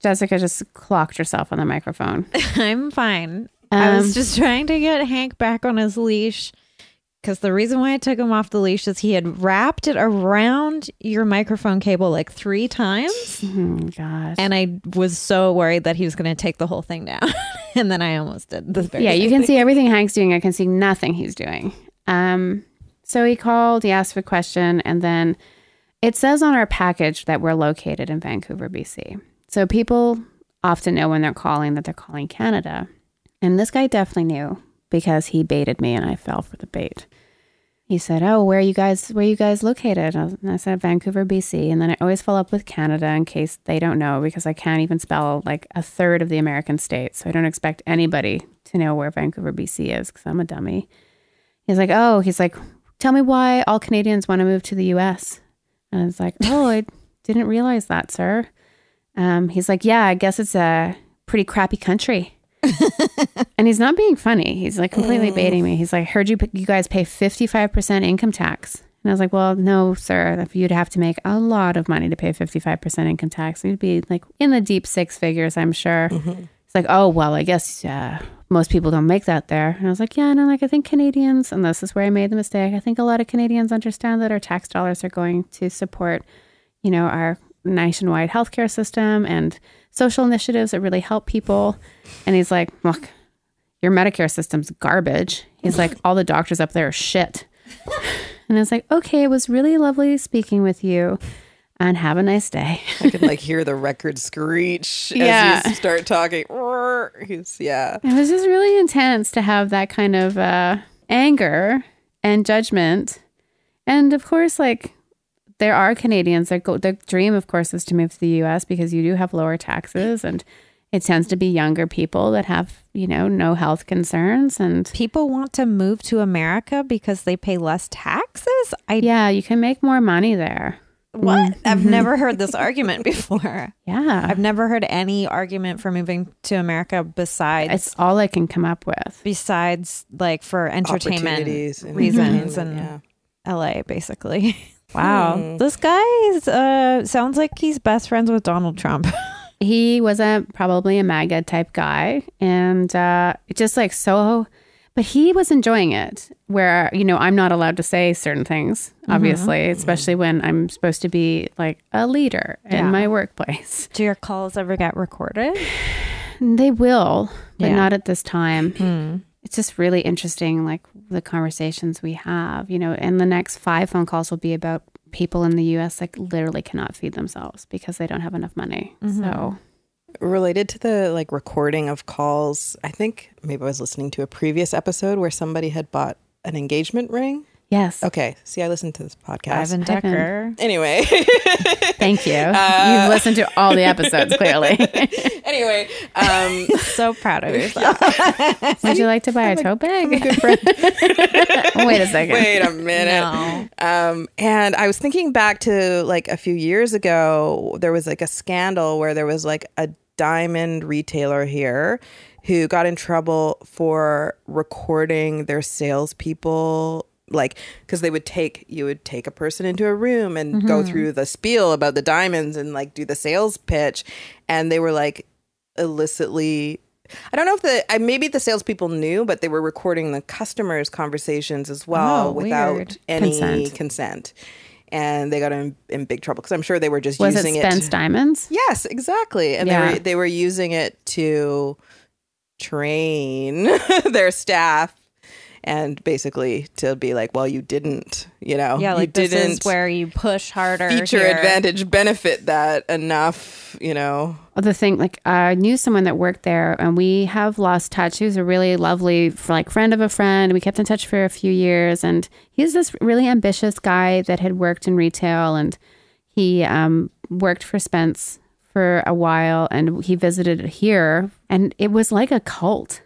S1: Jessica just clocked herself on the microphone.
S2: <laughs> I'm fine. I
S1: Um,
S2: was just trying to get Hank back on his leash because the reason why I took him off the leash is he had wrapped it around your microphone cable like three times.
S1: Mm, gosh.
S2: And I was so worried that he was going to take the whole thing down. <laughs> and then I almost did this very
S1: yeah, you can see everything Hank's doing. I can see nothing he's doing. Um, so he called, he asked for a question, and then it says on our package that we're located in Vancouver, BC. So people often know when they're calling that they're calling Canada. And this guy definitely knew because he baited me and I fell for the bait. He said, "Oh, where are you guys? Where are you guys located?" And I was- and I said, "Vancouver, BC." And then I always follow up with Canada in case they don't know because I can't even spell like a third of the American states, so I don't expect anybody to know where Vancouver, BC is because I'm a dummy. He's like, "Oh, he's like, tell me why all Canadians want to move to the U.S." And I was like, "Oh, I <laughs> didn't realize that, sir." Um, he's like, "Yeah, I guess it's a pretty crappy country." and he's not being funny. He's like completely baiting me. He's like, "Heard you you guys pay fifty five percent income tax," and I was like, "Well, no, sir. If you'd have to make a lot of money to pay fifty five percent income tax, you'd be like in the deep six figures, I'm sure." It's like, "Oh, well, I guess uh, most people don't make that there." And I was like, "Yeah, no, like I think Canadians, and this is where I made the mistake. I think a lot of Canadians understand that our tax dollars are going to support." you know, our nationwide healthcare system and social initiatives that really help people. And he's like, look, your Medicare system's garbage. He's like, all the doctors up there are shit. And I was like, okay, it was really lovely speaking with you and have a nice day.
S3: I can like hear the record screech
S1: Yeah.
S3: as you start talking. Roar. He's- yeah.
S1: It was just really intense to have that kind of uh, anger and judgment. And of course, like there are Canadians that go, the dream, of course, is to move to the US because you do have lower taxes and it tends to be younger people that have, you know, no health concerns. And
S2: people want to move to America because they pay less taxes. I Mm-hmm.
S1: yeah, you can make more money there.
S2: what? I've never heard this argument before.
S1: Yeah.
S2: I've never heard any argument for moving to America besides
S1: It's all I can come up with.
S2: besides like for entertainment
S3: Opportunities and
S2: reasons and
S3: entertainment, yeah. Hmm.
S2: LA basically. <laughs> Wow. This guy is uh sounds like he's best friends with Donald Trump. <laughs>
S1: he was a probably a MAGA type guy, and uh, just like so, but he was enjoying it. Where you know I'm not allowed to say certain things,
S2: Mm-hmm.
S1: obviously, especially when I'm supposed to be like a leader
S2: Yeah.
S1: in my workplace. <laughs>
S2: Do your calls ever get recorded?
S1: They will, but
S2: Yeah. Hmm.
S1: not at this time. It's just really interesting, like the conversations we have, you know, and the next five phone calls will be about
S2: Mm-hmm.
S1: people in the US, like literally cannot feed themselves because they don't have enough money. So
S3: related to the like recording of calls, I think maybe I was listening to a previous episode where somebody had bought an engagement ring.
S1: Yes.
S3: Okay, see, I listened to this podcast.
S2: Ivan <laughs> Decker.
S3: Anyway, <laughs>
S1: Thank you.
S3: Uh,
S1: You've listened to all the episodes,
S3: <laughs>
S1: clearly.
S3: anyway, um,
S2: So
S3: <laughs>
S2: proud of yourself.
S1: Would you like to buy a tote bag?
S3: good friend.
S1: <laughs> Wait a
S3: <laughs>
S1: second.
S3: Wait a minute. Um, and I was thinking back to like a few years ago, there was like a scandal where there was like a diamond retailer here who got in trouble for recording their salespeople. Like, because they would take, you would take a person into a room and go through the spiel about the diamonds and like do the sales pitch. And they were like illicitly I don't know if the I, maybe the salespeople knew, but they were recording the customers' conversations as well
S2: Oh,
S3: without
S2: weird.
S3: any
S1: Consent.
S3: consent. and they got in, in big trouble because I'm sure they were just
S1: Was it
S3: using
S1: Spence Diamonds?
S3: Yes, exactly, and
S1: Yeah.
S3: they were, they were using it to train <laughs> their staff and basically to be like, well, you didn't, you know,
S2: Yeah,
S3: you
S2: like this
S3: didn't
S2: is where you push harder.
S3: feature
S2: here.
S3: advantage benefit that enough, you know.
S1: The thing, like, I knew someone that worked there, and we have lost touch. He was a really lovely, like, friend of a friend. We kept in touch for a few years, and he's this really ambitious guy that had worked in retail, and he um, worked for Spence for a while, and he visited here, and it was like a cult.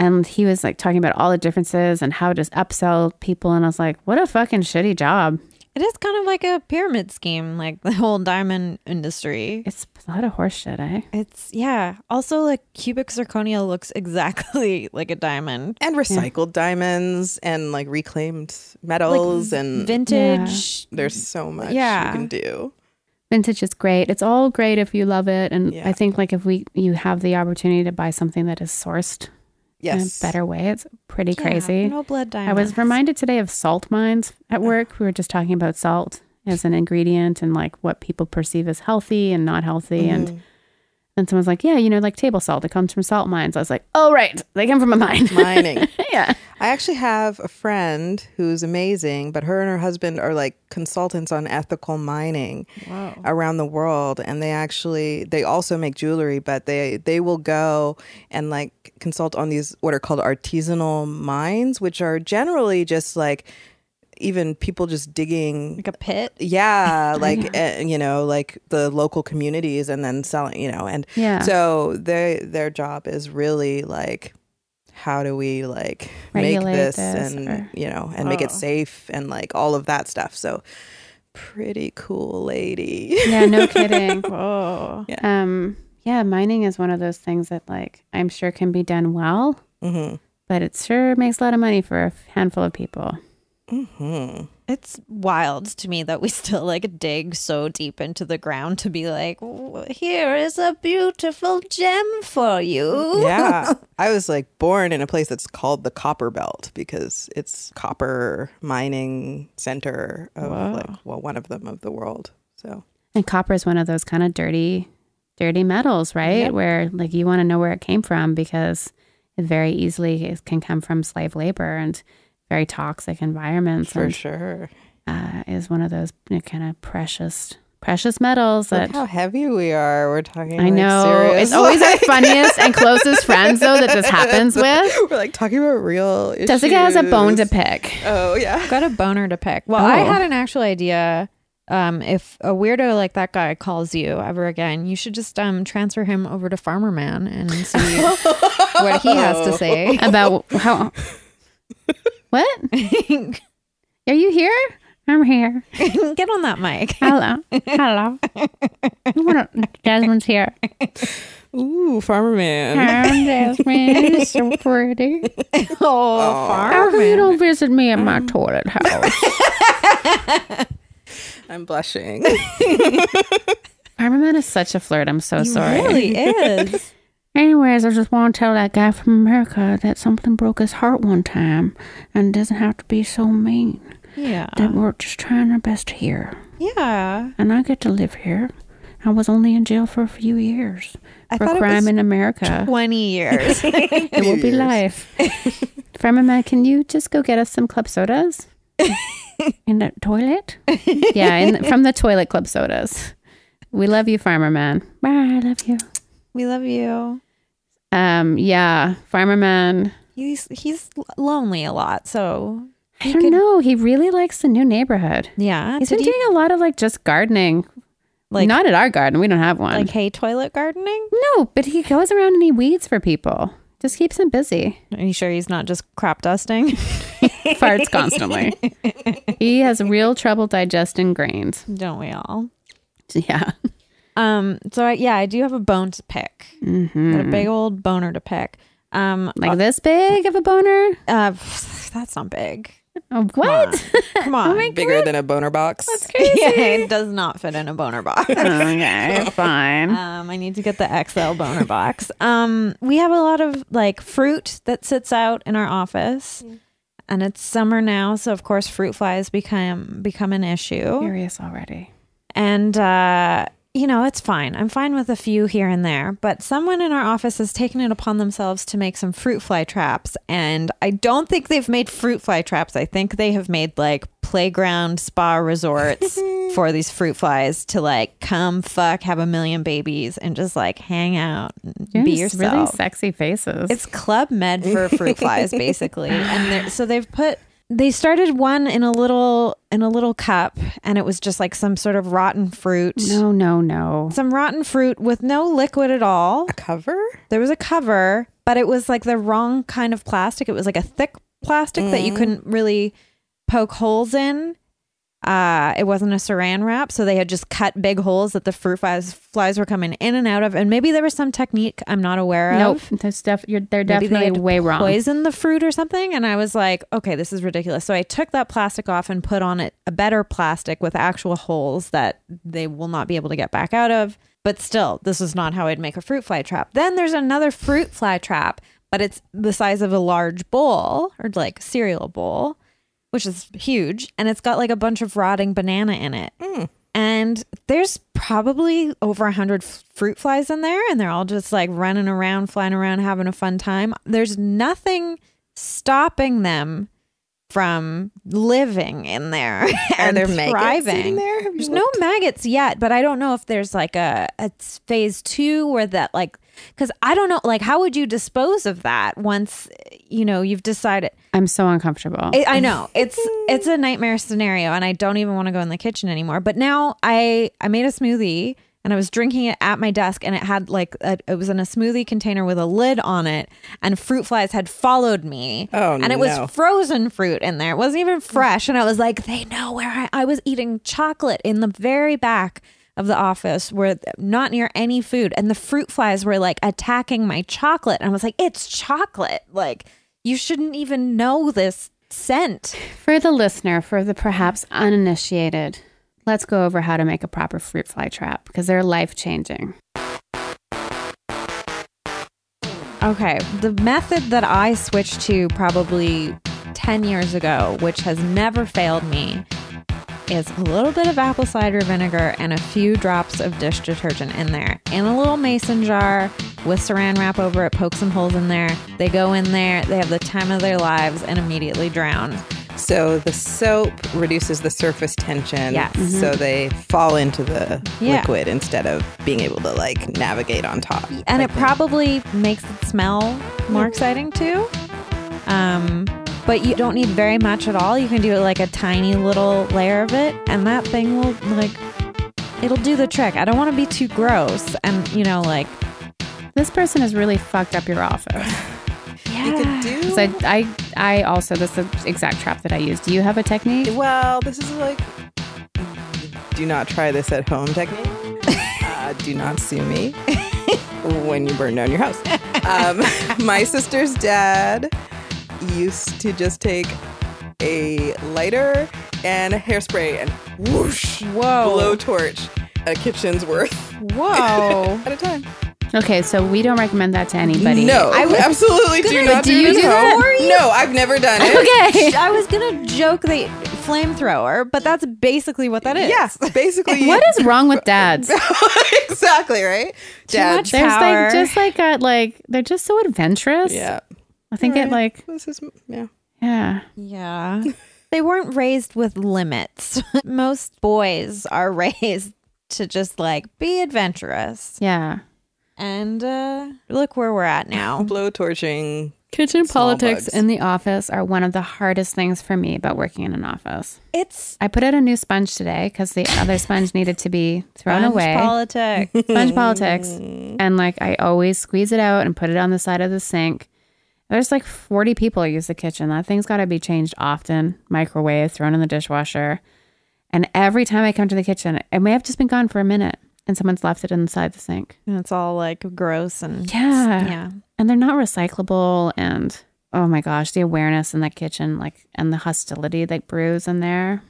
S1: and he was like talking about all the differences and how to upsell people and i was like what a fucking shitty job
S2: It is kind of like a pyramid scheme, like the whole diamond industry.
S1: it's a lot of horseshit eh
S2: It's yeah. Also, like cubic zirconia looks <laughs> exactly like a diamond.
S3: and recycled diamonds and like reclaimed metals and
S2: Vintage.
S3: there's so much
S2: Yeah.
S3: you can do
S1: vintage is great it's all great if you love it and
S3: Yeah.
S1: i think like if we you have the opportunity to buy something that is sourced
S3: yes
S1: in a better <laughs> way it's pretty
S2: Yeah,
S1: crazy
S2: No blood
S1: i
S2: diamonds.
S1: was reminded today of salt mines at
S3: Uh-huh.
S1: work we were just talking about salt as an ingredient and like what people perceive as healthy and not healthy and
S3: Mm-hmm.
S1: and someone's like yeah you know like table salt it comes from salt mines i was like oh right they come from a mine
S3: mining
S1: <laughs> yeah
S3: i actually have a friend who's amazing but her and her husband are like consultants on ethical mining
S2: Whoa.
S3: around the world and they actually they also make jewelry but they they will go and like consult on these what are called artisanal mines which are generally just like even people just digging
S2: Like a pit.
S1: <laughs>
S3: yeah like uh, you know like the local communities and then selling you know and
S1: Yeah.
S3: so their their job is really like how do we like
S1: Regulate
S3: make this,
S1: this
S3: and
S1: or-
S3: you know and make it
S2: Oh.
S3: safe and like all of that stuff so pretty cool lady <laughs>
S1: Yeah, no kidding. <laughs>
S2: Whoa.
S1: um, yeah, mining is one of those things that like I'm sure can be done well,
S3: hmm
S1: but it sure makes a lot of money for a handful of people.
S3: hmm
S2: It's wild to me that we <laughs> still like dig so deep into the ground to be like, "W- here is a beautiful gem for
S1: <laughs>
S2: you.
S3: yeah i was like born in a place that's called the copper belt because it's copper mining center of like well one of them of the world so
S1: And copper is one of those kind of dirty, dirty metals, right? Where like you want to know where it came from because it very easily is, can come from slave labor and very toxic environments,
S3: for
S1: and
S3: sure
S1: uh, is one of those you know, kind of precious, precious metals that
S3: Look how heavy we are. We're talking.
S1: I
S3: like,
S1: know
S3: serious,
S1: it's always our
S3: <laughs> like-
S1: funniest and closest friends though that this
S3: <laughs>
S1: happens with.
S3: We're like talking about real issues.
S1: Jessica has a bone to pick.
S3: Oh yeah.
S2: Got a boner to pick. Well, I
S1: Oh.
S2: had an actual idea. Um, if a weirdo like that guy calls you ever again, you should just um transfer him over to Farmer Man and <laughs> see what he has to say. <laughs>
S1: about how. What?
S2: Get
S1: Are you here? I'm here.
S2: on that mic.
S1: Hello. Hello. You wanna- Jasmine's here.
S3: Ooh, Farmer Man.
S1: I'm Jasmine. You're so pretty.
S2: <laughs> Oh,
S1: How
S2: Farmer
S1: come you
S2: Man.
S1: don't visit me at my toilet house?
S2: <laughs>
S3: I'm blushing.
S1: Armament is such a flirt. I'm so sorry.
S2: Really <laughs> is.
S1: Anyways, I just want to tell that guy from America that something broke his heart one time and doesn't have to be so mean.
S2: Yeah.
S1: That we're just trying our best here.
S2: Yeah.
S1: And I get to live here. I was only in jail for a few years
S2: I
S1: for
S2: thought it
S1: crime
S2: was
S1: in America. <laughs>
S2: 20 years.
S1: <laughs> It will be life. <laughs> Farmerman, can you just go get us some club <laughs> sodas? in the toilet? yeah, in, from the toilet club sodas. We love you, Farmer Man. Bye, I love you.
S2: We love you.
S1: Um, yeah, farmer man.
S2: He's he's l- lonely a lot, so
S1: I don't know. He really likes the new neighborhood.
S2: yeah.
S1: He's
S2: Did
S1: been
S2: he,
S1: doing a lot of like just gardening.
S2: Like-
S1: Like not at our garden. We don't have one.
S2: like hay toilet gardening?
S1: no, but he goes around and he weeds for people. Just keeps them
S2: <laughs>
S1: busy.
S2: Are you sure he's not just crop dusting? <laughs>
S1: Farts constantly. he has real trouble digesting grains.
S2: don't we all?
S1: Yeah.
S2: Um. So I, yeah, I do have a bone to pick. Got a big old boner to pick. Um.
S1: Mm-hmm. Like this big of a boner?
S2: Uh, <sighs> that's
S1: <laughs>
S2: not big.
S1: Oh, what?
S2: Come on.
S3: Bigger than a boner box.
S2: <laughs> yeah, it does not fit in a
S1: <laughs>
S2: boner box.
S1: okay, fine.
S2: Um, I need to get the XL boner box. Um, we have a lot of like fruit that sits out in our office, and it's summer now, so of course fruit flies become become an issue.
S1: Curious already.
S2: And uh, you know, it's fine. I'm fine with a few here and there, but someone in our office has taken it upon themselves to make some fruit fly traps, and I don't think they've made fruit fly traps. I think they have made like playground spa
S1: <laughs>
S2: resorts for these fruit flies to like come fuck, have a million babies, and just like hang out, and be
S1: Yes, Really
S2: yourself.
S1: sexy faces.
S2: It's Club
S1: <laughs>
S2: Med for fruit flies, basically. And they're- so they've put they started one in a little in a little cup, and it was just like some sort of rotten fruit.
S1: no, no, no.
S2: Some rotten fruit with no liquid at all.
S3: Cover?
S2: There was a cover, but it was like the wrong kind of plastic. It was like a thick plastic that
S1: Mm.
S2: you couldn't really poke holes in. Uh, it wasn't a saran wrap, so they had just cut big holes that the fruit flies flies were coming in and out of. And maybe there was some technique I'm not aware of.
S1: Nope. That's def- you're, they're
S2: Maybe they
S1: definitely
S2: had
S1: way wrong.
S2: poison the fruit or something. And I was like, okay, this is ridiculous. So I took that plastic off and put on it a better plastic with actual holes that they will not be able to get back out of. But still, this is not how I'd make a fruit fly trap. Then there's another fruit fly trap, but it's the size of a large bowl or like cereal bowl, which is huge. And it's got like a bunch of rotting banana in it. And there's probably over 100 f- fruit flies in there, and they're all just like running around, flying around, having a fun time. There's nothing stopping them from living in there <laughs> and
S3: there maggots in
S2: thriving.
S3: there? Have you
S2: There's no maggots yet, but I don't know if there's like a, a s- phase two where that, like, because I don't know, like, how would you dispose of that once, you know, you've decided?
S1: I'm so uncomfortable.
S2: I I know it's it's a nightmare scenario, and I don't even want to go in the kitchen anymore. But now I I made a smoothie and I was drinking it at my desk, and it had like a, it was in a smoothie container with a lid on it, and fruit flies had followed me.
S3: Oh,
S2: and it
S3: no.
S2: was frozen fruit in there; it wasn't even fresh. And I was like, they know where I, I was eating chocolate in the very back of the office where th- not near any food and the fruit flies were like attacking my chocolate and I was like it's chocolate like you shouldn't even know this scent.
S1: For the listener, for the perhaps uninitiated, let's go over how to make a proper fruit fly trap because they're life changing.
S2: Okay, the method that I switched to probably 10 years ago, which has never failed me, is a little bit of apple cider vinegar and a few drops of dish detergent in there in a little mason jar with saran wrap over it, poke some holes in there. They go in there, they have the time of their lives, and immediately drown.
S3: So the soap reduces the surface tension.
S2: Yes.
S3: So
S1: Mm-hmm.
S3: they fall into the
S2: Yeah.
S3: liquid instead of being able to like navigate on top.
S2: and
S3: Like
S2: it probably makes it smell more exciting too. Um, but you don't need very much at all. You can do like a tiny little layer of it, and that thing will like it'll do the trick. I don't want to be too gross, and you know, like
S1: This person has really fucked up your office.
S3: you could
S2: yeah, <laughs>
S3: do.
S1: So I, I, I also this is the exact trap that I use. Do you have a technique?
S3: well, this is like do not try this at home
S1: <laughs>
S3: technique. uh, do not sue me when you burn down your house. Um, <laughs> my sister's dad used to just take a lighter and a hairspray and whoosh,
S2: Whoa.
S3: blowtorch a kitchen's worth
S2: whoa.
S3: at a time.
S1: Okay, so we don't recommend that to anybody.
S3: No, I absolutely do not
S1: do
S3: do,
S1: you
S3: this
S1: do
S3: at
S1: that?
S3: home. No, I've never done it.
S1: <laughs> Okay.
S2: I was gonna joke the flamethrower, but that's basically what that is.
S3: Yes, basically.
S1: <laughs> What is wrong with dads?
S3: <laughs> exactly right? Dad.
S2: much-
S1: There's
S2: Power.
S1: like just like a like they're just so adventurous.
S3: Yeah.
S1: I think it like
S3: This is yeah.
S1: yeah.
S2: Yeah. They weren't raised with limits. <laughs> Most boys are raised to just like be adventurous.
S1: Yeah.
S2: And uh, look where we're at now.
S3: Blow torching.
S1: Kitchen
S3: Small
S1: politics
S3: bugs.
S1: and the office are one of the hardest things for me about working in an office.
S2: <laughs> It's
S1: I put in a new sponge today because the other sponge needed to be thrown
S2: sponge
S1: away.
S2: <laughs> politics.
S1: sponge politics.
S3: Hmm.
S1: And like I always squeeze it out and put it on the side of the sink. There's like 40 people use the kitchen. That thing's got to be changed often. Microwave, thrown in the dishwasher. And every time I come to the kitchen, it may have just been gone for a minute and someone's left it inside the sink.
S2: And it's all like gross and
S1: Yeah.
S2: yeah.
S1: And they're not recyclable. And oh my gosh, the awareness in that kitchen, like, and the hostility that brews in there.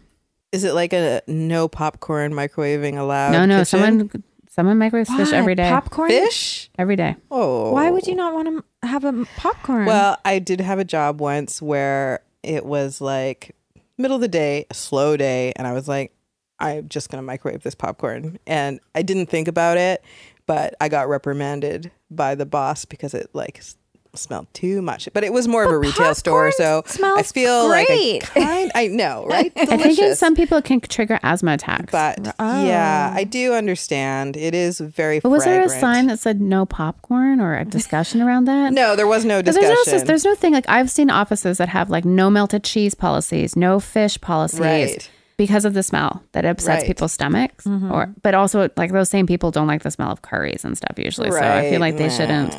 S3: Is it like a no popcorn microwaving allowed?
S1: no, no,
S3: kitchen?
S1: someone, someone microwaves fish every
S2: What?
S1: day.
S2: Popcorn.
S3: fish.
S1: every day.
S3: Oh,
S2: Why would you not want to m- have a m- popcorn?
S3: Well, I did have a job once where it was like middle of the day, a slow day, and I was like, I'm just gonna microwave this popcorn, and I didn't think about it, but I got reprimanded by the boss because it like s- smelled too much. But it was more of a retail store, so
S2: popcorn
S3: I
S2: smells
S3: feel
S2: great.
S3: like I kind. I
S2: <laughs>
S3: know, right? Delicious.
S1: I think in some people it can trigger asthma attacks.
S3: but yeah, I do understand. It is very.
S1: oh. But was
S3: fragrant.
S1: there a sign that said no
S3: <laughs>
S1: popcorn or a discussion around that?
S3: No, there was no
S1: 'Cause
S3: discussion.
S1: There's no, there's no thing like I've seen offices that have like no melted cheese policies, no fish policies
S3: Right.
S1: because of the smell that upsets
S3: Right.
S1: people's stomachs. Or, but also like those same people don't like the smell of curries and stuff usually. So I feel
S3: Right.
S1: like they
S3: Nah.
S1: shouldn't.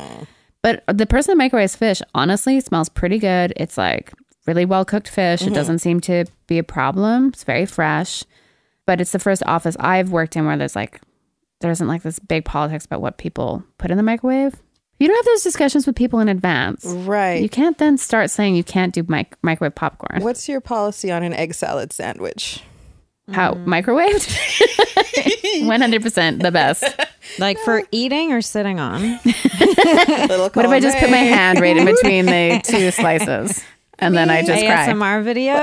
S1: But the person that microwaves fish honestly smells pretty good. It's like really well cooked fish.
S3: Mm-hmm.
S1: It doesn't seem to be a problem. It's very fresh. But it's the first office I've worked in where there's like there isn't like this big politics about what people put in the microwave. You don't have those discussions with people in advance.
S3: right.
S1: You can't then start saying you can't do mic- microwave popcorn.
S3: What's your policy on an egg salad
S1: <laughs>
S3: sandwich?
S1: How
S3: Mm.
S1: microwaved?
S3: <laughs>
S1: 100% the best.
S2: like for eating or sitting <laughs> on.
S3: Little
S1: What if I
S3: column
S1: just
S3: A.
S1: put my hand right in
S3: <laughs>
S1: between the two slices and then I just cry?
S2: ASMR video.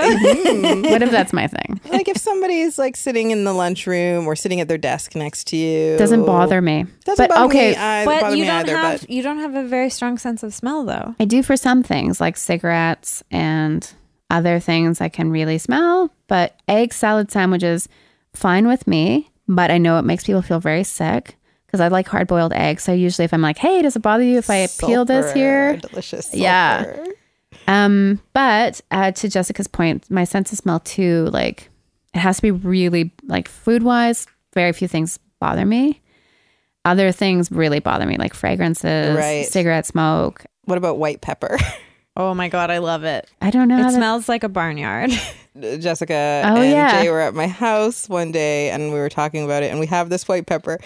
S1: What if that's my thing?
S3: like if somebody's like sitting in the lunchroom or sitting at their desk next to you?
S1: Doesn't bother me.
S3: Doesn't
S1: but
S3: bother
S1: okay,
S3: me. I,
S2: but
S3: bother
S2: you
S3: me
S2: don't
S3: either,
S2: have
S3: but
S2: you don't have a very strong sense of smell though.
S1: I do for some things like cigarettes and other things I can really smell, but egg salad sandwiches, fine with me. But I know it makes people feel very sick because I like hard boiled eggs. So usually, if I'm like, hey, does it bother you if I peel this
S3: sulfur,
S1: here?
S3: Delicious.
S1: Yeah.
S3: sulfur.
S1: Um, but uh, to Jessica's point, my sense of smell too, like it has to be really like food wise, very few things bother me. Other things really bother me, like fragrances,
S3: Right.
S1: cigarette smoke.
S3: What about white pepper?
S2: Oh my god, I love it.
S1: I don't know.
S2: It
S1: how that-
S2: smells like a barnyard. <laughs>
S3: Jessica
S1: Oh,
S3: and
S1: yeah.
S3: Jay were at my house one day and we were talking about it and we have this white pepper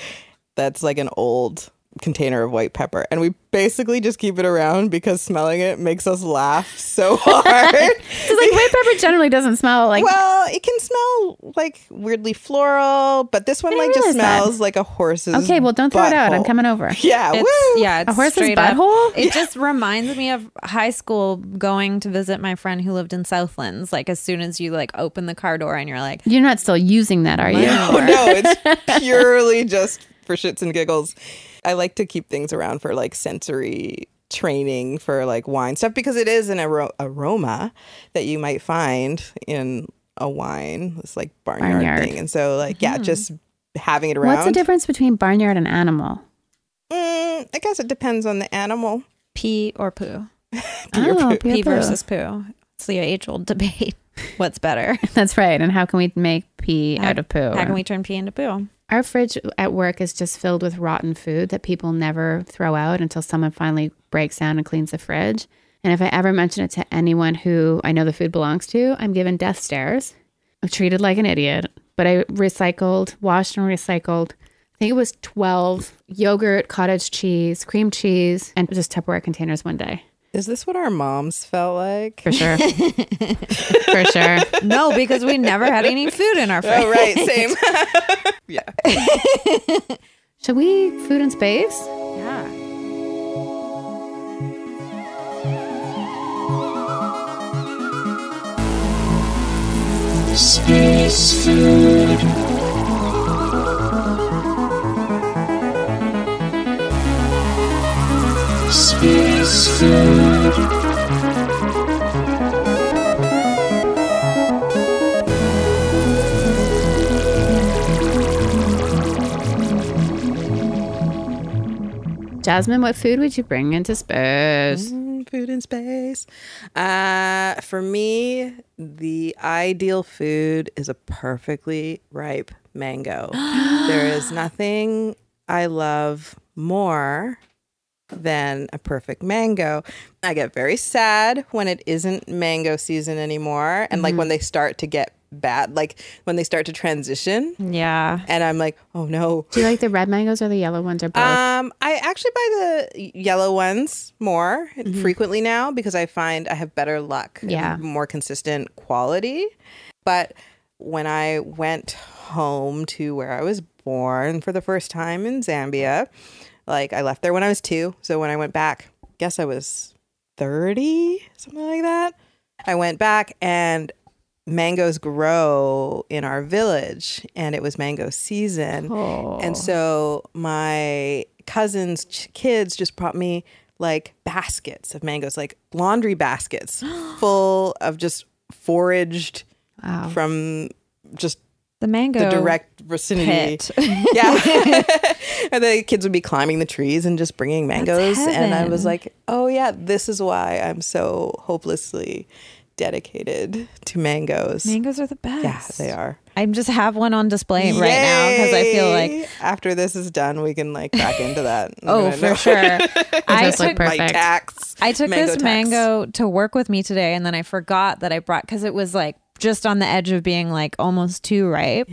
S3: that's like an old container of white pepper and we basically just keep it around because smelling it makes us laugh
S1: <laughs>
S3: so hard.
S1: Because like white pepper generally doesn't smell like
S3: well, it can smell like weirdly floral, but this one
S1: didn't
S3: like just
S1: realize that.
S3: smells like a horse's.
S1: okay. Well, don't throw it out. I'm
S3: butthole.
S1: coming over.
S3: Yeah,
S2: It's,
S3: woo.
S2: yeah, it's
S1: A horse's
S2: straight up-
S1: butthole?
S2: It just reminds me of high school going to visit my friend who lived in Southlands. Like as soon as you like open the car door and you're like,
S1: You're not still using that, are you?
S3: No, Oh, no,
S1: <laughs>
S3: it's purely just for shits and giggles. I like to keep things around for like sensory training for like wine stuff because it is an aro- aroma that you might find in a wine. It's like barnyard,
S1: Barnyard. Hmm.
S3: thing, and so like yeah, just having it around.
S1: What's the difference between barnyard and animal?
S3: Mm, I guess it depends on the animal.
S2: pee or poo?
S1: oh,
S2: Pee,
S1: pee
S2: versus poo. It's the age old debate. <laughs> What's better?
S1: <laughs> That's right. And how can we make pee
S2: How-
S1: out of poo?
S2: How can we turn pee into poo?
S1: Our fridge at work is just filled with rotten food that people never throw out until someone finally breaks down and cleans the fridge. And if I ever mention it to anyone who I know the food belongs to, I'm given death stares. I'm treated like an idiot. But I recycled, washed and recycled. I think it was 12 yogurt, cottage cheese, cream cheese, and just Tupperware containers one day.
S3: Is this what our moms felt like?
S1: For sure. For sure.
S2: <laughs> No, because we never had any food in <laughs> our fridge.
S3: Oh, right,
S1: <laughs>
S3: same.
S1: Should we food in space?
S2: Yeah.
S4: Space food. Space food.
S1: Jasmine, what food would you bring into space?
S3: Mm, food in space. Uh, for me, the ideal food is a perfectly ripe mango. there is nothing I love more than a perfect mango. I get very sad when it isn't mango season anymore. And like when they start to get bad, like when they start to transition.
S2: Mm. Yeah.
S3: And I'm like, oh no.
S1: Do you like the red mangoes or the yellow ones or both?
S3: Um, I actually buy the yellow ones more frequently now because I find I have better luck, and
S1: Yeah.
S3: more consistent quality. But when I went home to where I was born for the first time in Zambia, like I left there when I was two, so when I went back, guess I was thirty, something like that. I went back and mangoes grow in our village and it was mango season and so my cousin's ch- kids just brought me like baskets of mangoes, like laundry
S2: <gasps>
S3: baskets full of just foraged
S1: wow.
S3: from just
S2: The mango.
S3: the direct vicinity.
S2: Oh. pit.
S3: <laughs> Yeah. and the kids would be climbing the trees and just bringing mangoes. And I was
S2: heaven.
S3: like, oh, yeah, this is why I'm so hopelessly dedicated to mangoes.
S2: <laughs> Mangoes are the
S3: yeah,
S2: best.
S3: they are.
S2: I just have one on display right now because I feel like
S3: Yay! after this is done, we can like crack into that.
S2: <laughs> oh for
S3: <laughs>
S2: sure. I
S1: Tastes like
S2: took
S1: perfect.
S3: Like tax.
S2: I took
S3: mango
S2: this
S3: tax.
S2: mango to work with me today, and then I forgot that I brought because it was like just on the edge of being like almost too ripe,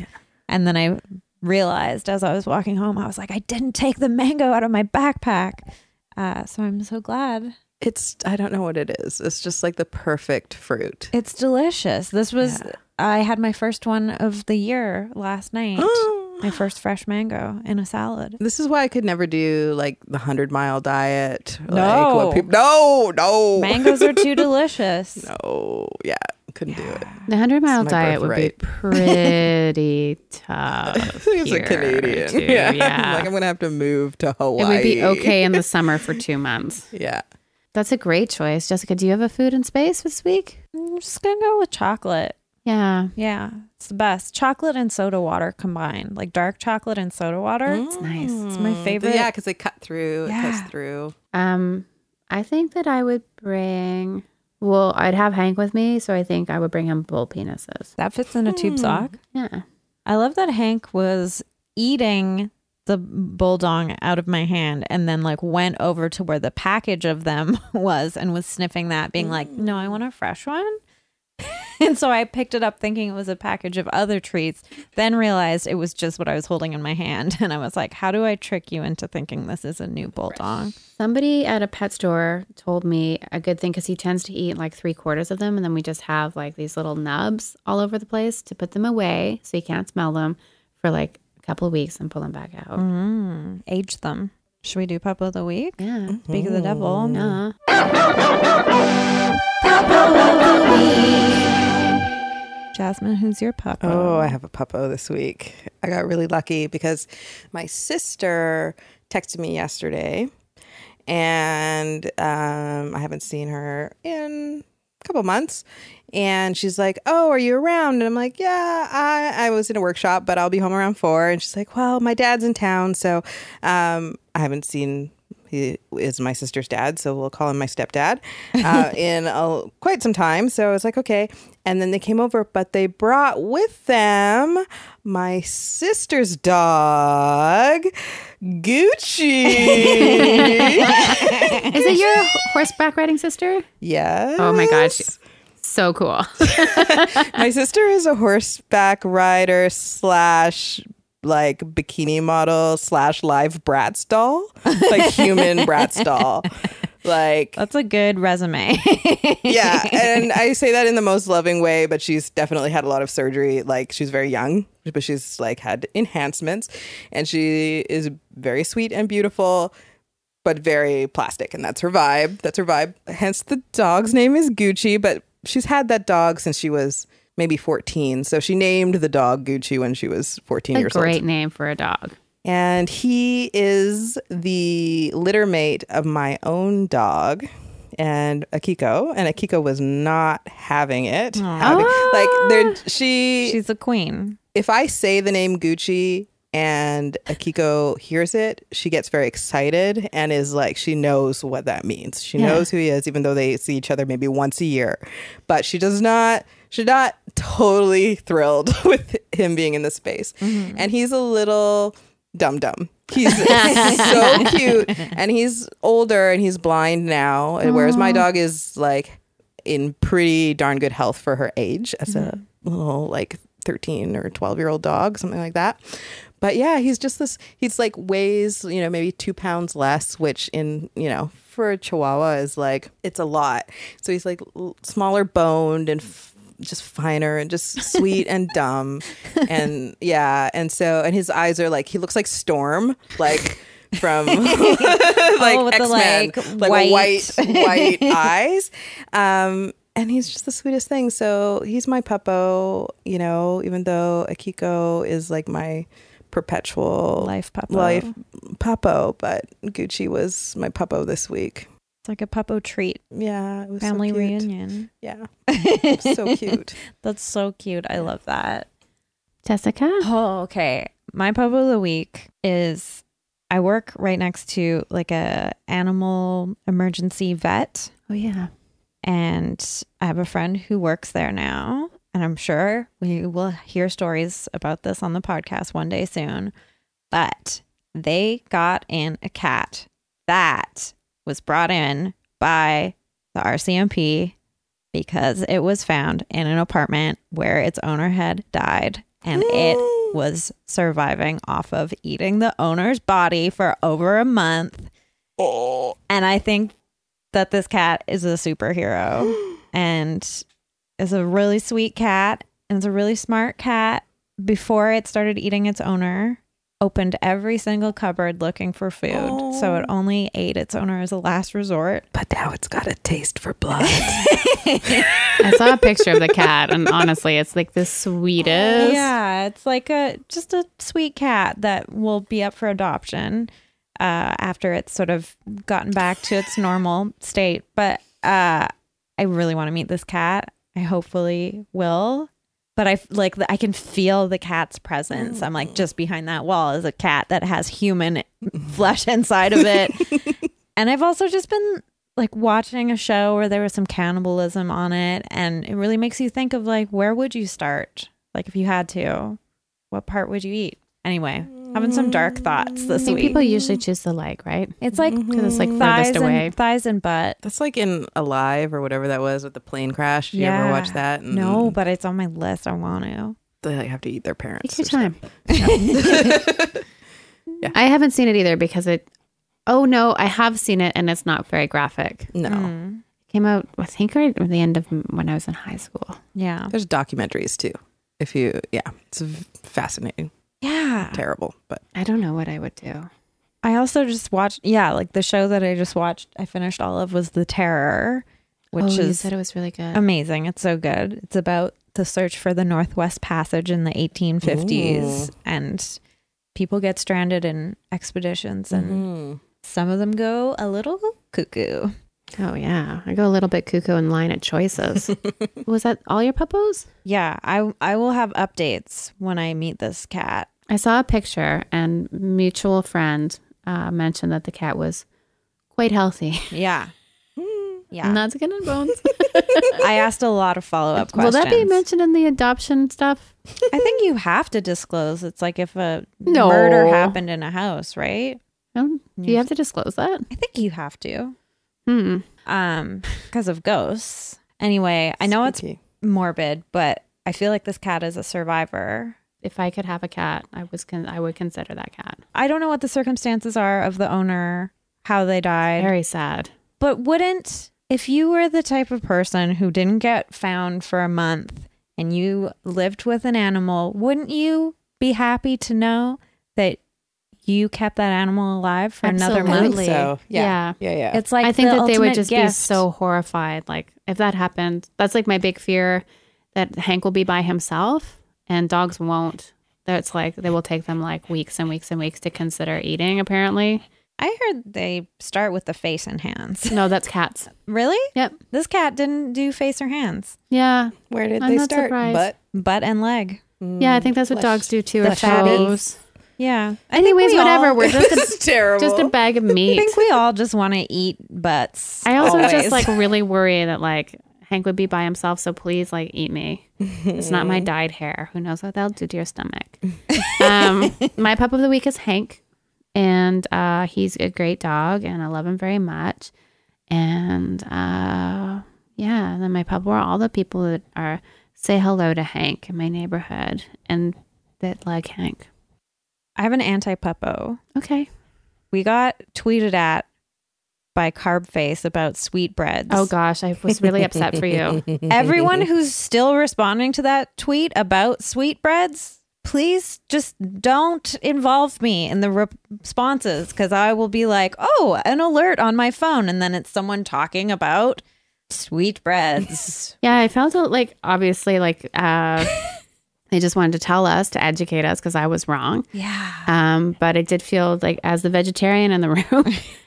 S2: and then I realized as I was walking home, I was like, I didn't take the mango out of my backpack. Uh, so I'm so glad.
S3: It's I don't know what it is. It's just like the perfect fruit.
S2: It's delicious. This was I had my first one of the year
S3: <gasps>
S2: last night. my first fresh mango in a salad.
S3: This is why I could never do like the hundred mile diet. Like
S2: No.
S3: what people No, no.
S2: Mangoes are too delicious.
S3: <laughs> no. Yeah. Couldn't do it.
S1: The 100 mile
S3: my
S1: diet would be
S3: birthright.
S1: pretty tough.
S3: <laughs> He's a
S1: here,
S3: Canadian.
S1: too.
S3: Yeah. <laughs>
S1: yeah.
S3: like I'm gonna have to move to Hawaii.
S1: it would be
S3: <laughs>
S1: okay in the summer for two months.
S3: Yeah.
S1: That's a great choice. Jessica, do you have a food in space this week?
S2: I'm just gonna go with chocolate.
S1: Yeah.
S2: Yeah, it's the best. Chocolate and soda water combined, like dark chocolate and soda water.
S3: Hmm.
S1: It's nice.
S2: It's
S3: Mm,
S2: my favorite.
S3: Yeah, because they cut through. It
S2: Yeah.
S3: cuts through.
S1: Um, I think that I would bring, well, I'd have Hank with me, so I think I would bring him bull penises.
S2: That fits in a tube sock.
S1: Yeah.
S2: I love that Hank was eating the bulldog out of my hand and then like went over to where the package of them <laughs> was and was sniffing that, being like, "No, I want a fresh one." <laughs> and so I picked it up thinking it was a package of other treats, then realized it was just what I was holding in my hand, <laughs> and I was like, "How do I trick you into thinking this is a new bulldog?"
S1: Somebody at a pet store told me a good thing because he tends to eat like three quarters of them, and then we just have like these little nubs all over the place to put them away so you can't smell them for like a couple of weeks and pull them back out.
S2: Mm, age them. Should we do pup of the week?
S1: Yeah.
S2: Speak of the devil.
S1: Yeah.
S2: Jasmine, who's your pup?
S3: Oh, I have a puppo this week. I got really lucky because my sister texted me yesterday, and um, I haven't seen her in a couple months. And she's like, "Oh, are you around?" And I'm like, "Yeah, I, I was in a workshop, but I'll be home around four. And she's like, "Well, my dad's in town, so um, I haven't seen." He is my sister's dad, so we'll call him my stepdad.
S1: <laughs>
S3: Uh, in a, quite some time, so I was like, okay. And then they came over, but they brought with them my sister's dog,
S1: <laughs>
S3: Gucci.
S1: Is it your horseback riding sister?
S3: yes.
S1: Oh my gosh. So cool.
S3: my sister is a horseback rider slash like bikini model slash live Bratz doll, like human Bratz
S1: <laughs>
S3: doll. Like
S2: That's a good resume. <laughs>
S3: yeah, and I say that in the most loving way, but she's definitely had a lot of surgery. Like she's very young, but she's like had enhancements, and she is very sweet and beautiful, but very plastic, and that's her vibe. That's her vibe. Hence, the dog's name is Gucci, but she's had that dog since she was maybe 14. So she named the dog Gucci when she was 14
S1: A
S3: years old
S1: great name for a dog.
S3: and he is the litter mate of my own dog and Akiko and Akiko was not having it Having- like there she
S2: She's a queen.
S3: if I say the name Gucci and Akiko hears it. She gets very excited and is like, she knows what that means. She knows who he is, even though they see each other maybe once a year. But she does not, she's not totally thrilled <laughs> with him being in the space. And he's a little dum dum. He's so cute. And he's older and he's blind now. and Whereas my dog is like in pretty darn good health for her age as a little like 13 or 12 year old dog, something like that. But yeah, he's just this, he's like weighs, you know, maybe two pounds less, which in, you know, for a chihuahua is like, it's a lot. So he's like l- smaller boned and f- just finer and just sweet and dumb. And yeah. And so, and his eyes are like, he looks like Storm, like <laughs> from <laughs> like
S2: with the,
S3: X-Men, Oh, like
S2: like, white-
S3: white <laughs> white eyes. Um, and he's just the sweetest thing. So he's my puppo, you know, even though Akiko is like my perpetual
S2: Life puppo.
S3: life puppo, but Gucci was my puppo this week.
S2: It's like a puppo treat.
S3: Yeah, it was so
S2: Family
S3: cute.
S2: reunion.
S3: Yeah, <laughs> so cute.
S2: That's so cute. I love that.
S1: Jessica?
S2: Oh, okay. My puppo of the week is I work right next to like a animal emergency vet
S1: Oh, yeah.
S2: and I have a friend who works there now and I'm sure we will hear stories about this on the podcast one day soon. But they got in a cat that was brought in by the RCMP because it was found in an apartment where its owner had died and it was surviving off of eating the owner's body for over a month. And I think that this cat is a superhero and is a really sweet cat and is a really smart cat. Before it started eating its owner, opened every single cupboard looking for food. So it only ate its owner as a last resort.
S3: But now it's got a taste for blood.
S1: I saw a picture of the cat, and honestly, it's like the sweetest.
S2: Yeah, it's like a just a sweet cat that will be up for adoption uh, after it's sort of gotten back to its normal state. But uh, I really want to meet this cat. I hopefully will. But I f- like I can feel the cat's presence. I'm like just behind that wall is a cat that has human flesh inside of it. And I've also just been like watching a show where there was some cannibalism on it and it really makes you think of like where would you start? Like if you had to, what part would you eat? Anyway, having some dark thoughts
S1: I
S2: this
S1: think
S2: week.
S1: people usually choose the leg, right?
S2: it's like
S1: Because it's like
S2: thighs
S1: furthest away.
S2: and thighs and butt.
S3: <laughs> That's like in Alive or whatever that was with the plane crash. You ever watch that? And
S2: No, but it's on my list. I want to.
S3: they like, have to eat their parents.
S1: Take your
S3: or something.
S1: time. <laughs> I haven't seen it either because it. Oh no, I have seen it, and it's not very graphic.
S3: No,
S1: came out, I think, right at the end of m- when I was in high school.
S2: Yeah.
S3: there's documentaries too. If you, yeah, it's fascinating,
S2: Yeah.
S3: terrible, but
S1: I don't know what I would do.
S2: I also just watched yeah, like the show that I just watched, I finished all of was The Terror, which
S1: oh, you
S2: is
S1: said it was really good.
S2: amazing. It's so good. It's about the search for the Northwest Passage in the 1850s, and people get stranded in expeditions, and
S1: Mm-hmm.
S2: some of them go a little cuckoo.
S1: oh yeah, I go a little bit cuckoo in line at <laughs> choices. was that all your puppos?
S2: Yeah, I I will have updates when I meet this cat.
S1: I saw a picture, and mutual friend uh, mentioned that the cat was quite healthy. <laughs>
S2: Yeah,
S1: Mm-hmm.
S2: yeah.
S1: Not skin and <laughs> bones.
S2: I asked a lot of follow up
S1: Will
S2: questions.
S1: that be mentioned in the adoption stuff?
S2: I think you have to disclose. It's like if a
S1: No.
S2: murder happened in a house, right?
S1: Um, do you have to disclose that?
S2: I think you have to,
S1: Hmm.
S2: um, because of ghosts. Anyway, I know it's
S3: Spooky.
S2: morbid, but I feel like this cat is a survivor.
S1: If I could have a cat, I was con- I would consider that cat.
S2: I don't know what the circumstances are of the owner, how they died,
S1: Very sad.
S2: but wouldn't if you were the type of person who didn't get found for a month and you lived with an animal, wouldn't you be happy to know that you kept that animal alive for another month?
S1: Absolutely.
S3: so.
S1: Yeah.
S3: Yeah, yeah, yeah.
S2: It's like
S1: I think
S2: the
S1: that they would
S2: ultimate
S1: just be
S2: gift.
S1: so horrified. Like if that happened, that's like my big fear that Hank will be by himself and dogs won't. That's like they will take them like weeks and weeks and weeks to consider eating. Apparently,
S2: I heard they start with the face and hands. <laughs>
S1: no, that's cats.
S2: really?
S1: Yep.
S2: This cat didn't do face or hands,
S1: Yeah,
S3: Where did
S1: I'm
S3: they
S1: not
S3: start?
S1: surprised.
S3: But
S2: butt and leg.
S1: yeah. I think that's what dogs do too. Or
S2: fatties.
S1: toes.
S2: Yeah. I think
S1: Anyways,
S2: we
S1: whatever.
S2: all-
S1: We're just
S3: This
S1: a,
S3: is terrible.
S1: just a bag of
S2: I
S1: meat.
S2: <laughs> think we all just want to eat butts.
S1: I also just
S3: Always.
S1: like really worry that like Hank would be by himself, so please like eat me. It's not my dyed hair. Who knows what they'll do to your stomach? um, my pup of the week is Hank, and uh, he's a great dog, and I love him very much. And uh, yeah, and then my pup were all the people that are say hello to Hank in my neighborhood and that like Hank.
S2: <laughs> I have an anti puppo.
S1: Okay.
S2: We got tweeted at by Carb Face about sweetbreads. <laughs>
S1: Oh gosh, I was really upset for you.
S2: Everyone who's still responding to that tweet about sweetbreads, please just don't involve me in the re- responses because I will be like, oh, an alert on my phone. And then it's someone talking about sweetbreads.
S1: <laughs> Yeah, I felt like obviously like
S2: <laughs>
S1: uh, they just wanted to tell us to educate us because I was wrong.
S2: yeah.
S1: Um, but I did feel like as the vegetarian in the <laughs> room,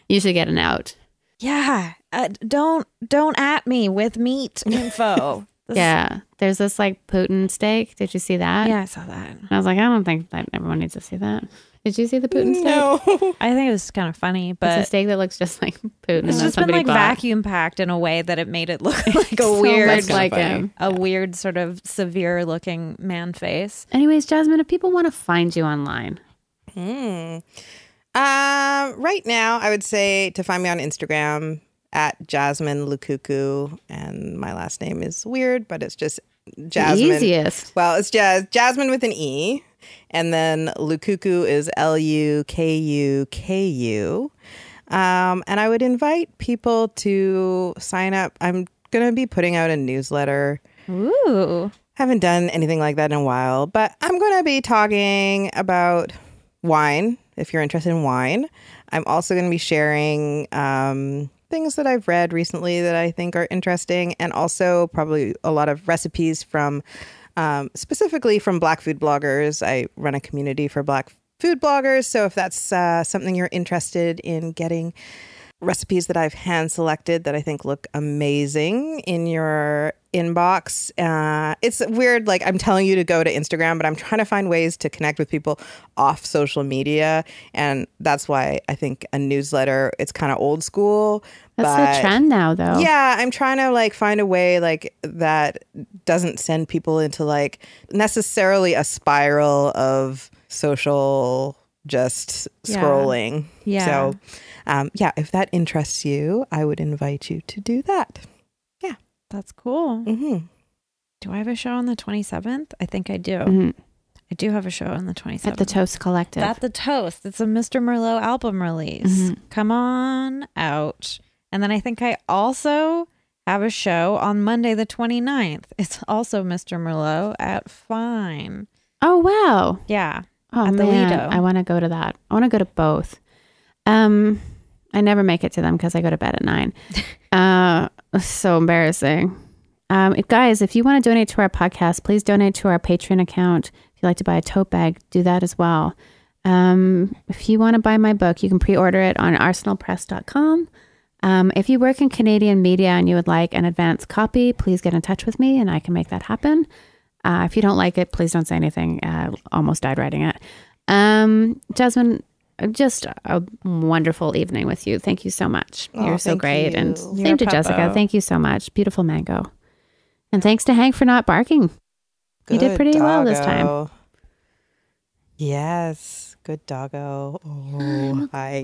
S1: you should get an out.
S2: Yeah. Uh, don't don't at me with
S1: <laughs>
S2: meat info. This-
S1: Yeah, there's this like Putin steak. Did you see that?
S2: Yeah, I saw that.
S1: And I was like, I don't think that everyone needs to see that. Did you see the Putin steak?
S3: <laughs> no.
S2: I think it was kind of funny,
S1: It's a
S2: but
S1: steak that looks just like Putin.
S2: it's
S1: that
S2: just been
S1: somebody
S2: like
S1: bought.
S2: vacuum packed in a way that it made it look like
S1: <laughs>
S2: a
S1: So
S2: weird
S1: much
S3: kinda
S1: like um,
S3: funny.
S1: him.
S2: a weird sort of severe looking man face.
S1: Anyways, Jasmine, if people want to find you online,
S3: Mm. <laughs> Um, right now, I would say to find me on Instagram at Jasmine Lukuku, and my last name is weird, but it's just Jasmine.
S1: the easiest.
S3: Well, it's Jas- Jasmine with an E, and then Lukuku is L U K U K U. Um, and I would invite people to sign up. I'm going to be putting out a newsletter
S2: Ooh.
S3: haven't done anything like that in a while, but I'm going to be talking about wine if you're interested in wine. I'm also going to be sharing um, things that I've read recently that I think are interesting, and also probably a lot of recipes from um, specifically from black food bloggers. I run a community for black food bloggers, so if that's uh, something you're interested in getting, recipes that I've hand selected that I think look amazing in your inbox. Uh, it's weird, like I'm telling you to go to Instagram, but I'm trying to find ways to connect with people off social media, and that's why I think a newsletter. It's kind of old school.
S1: That's
S3: but
S1: the trend now, though.
S3: yeah, I'm trying to like find a way like that doesn't send people into like necessarily a spiral of social just
S2: Yeah.
S3: scrolling.
S2: Yeah.
S3: So, um, yeah, if that interests you, I would invite you to do that.
S2: That's cool.
S3: hmm
S2: Do I have a show on the 27th? I think I do.
S1: Mhm.
S2: I do have a show on the 27th.
S1: At the Toast Collective.
S2: At the Toast. It's a Mr. Merlot album release.
S1: Mhm.
S2: Come on out. And then I think I also have a show on Monday, the 29th. It's also Mr. Merlot at Fine.
S1: oh, wow.
S2: Yeah.
S1: Oh,
S2: at the
S1: man.
S2: Lido.
S1: I want to go to that. I want to go to both. Um, I never make it to them because I go to bed at
S2: <laughs>
S1: nine. uh, so embarrassing. Um, if- guys, if you want to donate to our podcast, please donate to our Patreon account. If you'd like to buy a tote bag, do that as well. Um, if you want to buy my book, you can pre-order it on arsenalpress.com. Um, if you work in Canadian media and you would like an advance copy, please get in touch with me and I can make that happen. Uh, if you don't like it, please don't say anything. Uh, almost died writing it. Um, Jasmine, just a wonderful evening with you. Thank you so much.
S3: Oh,
S1: You're so
S3: thank
S1: great. And
S3: you.
S1: same to Jessica.
S2: puppo.
S1: Thank you so much. Beautiful mango. And thanks to Hank for not barking. You did
S3: Good
S1: pretty well this time.
S3: doggo. Yes, good
S1: <gasps>
S3: doggo. Oh, hi.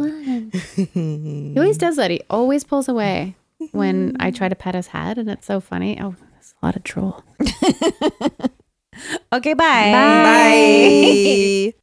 S3: <laughs>
S1: He always does that. He always pulls away when I try to pet his head, and it's so funny. Oh, that's a lot of drool.
S2: Okay,
S3: <laughs> Bye.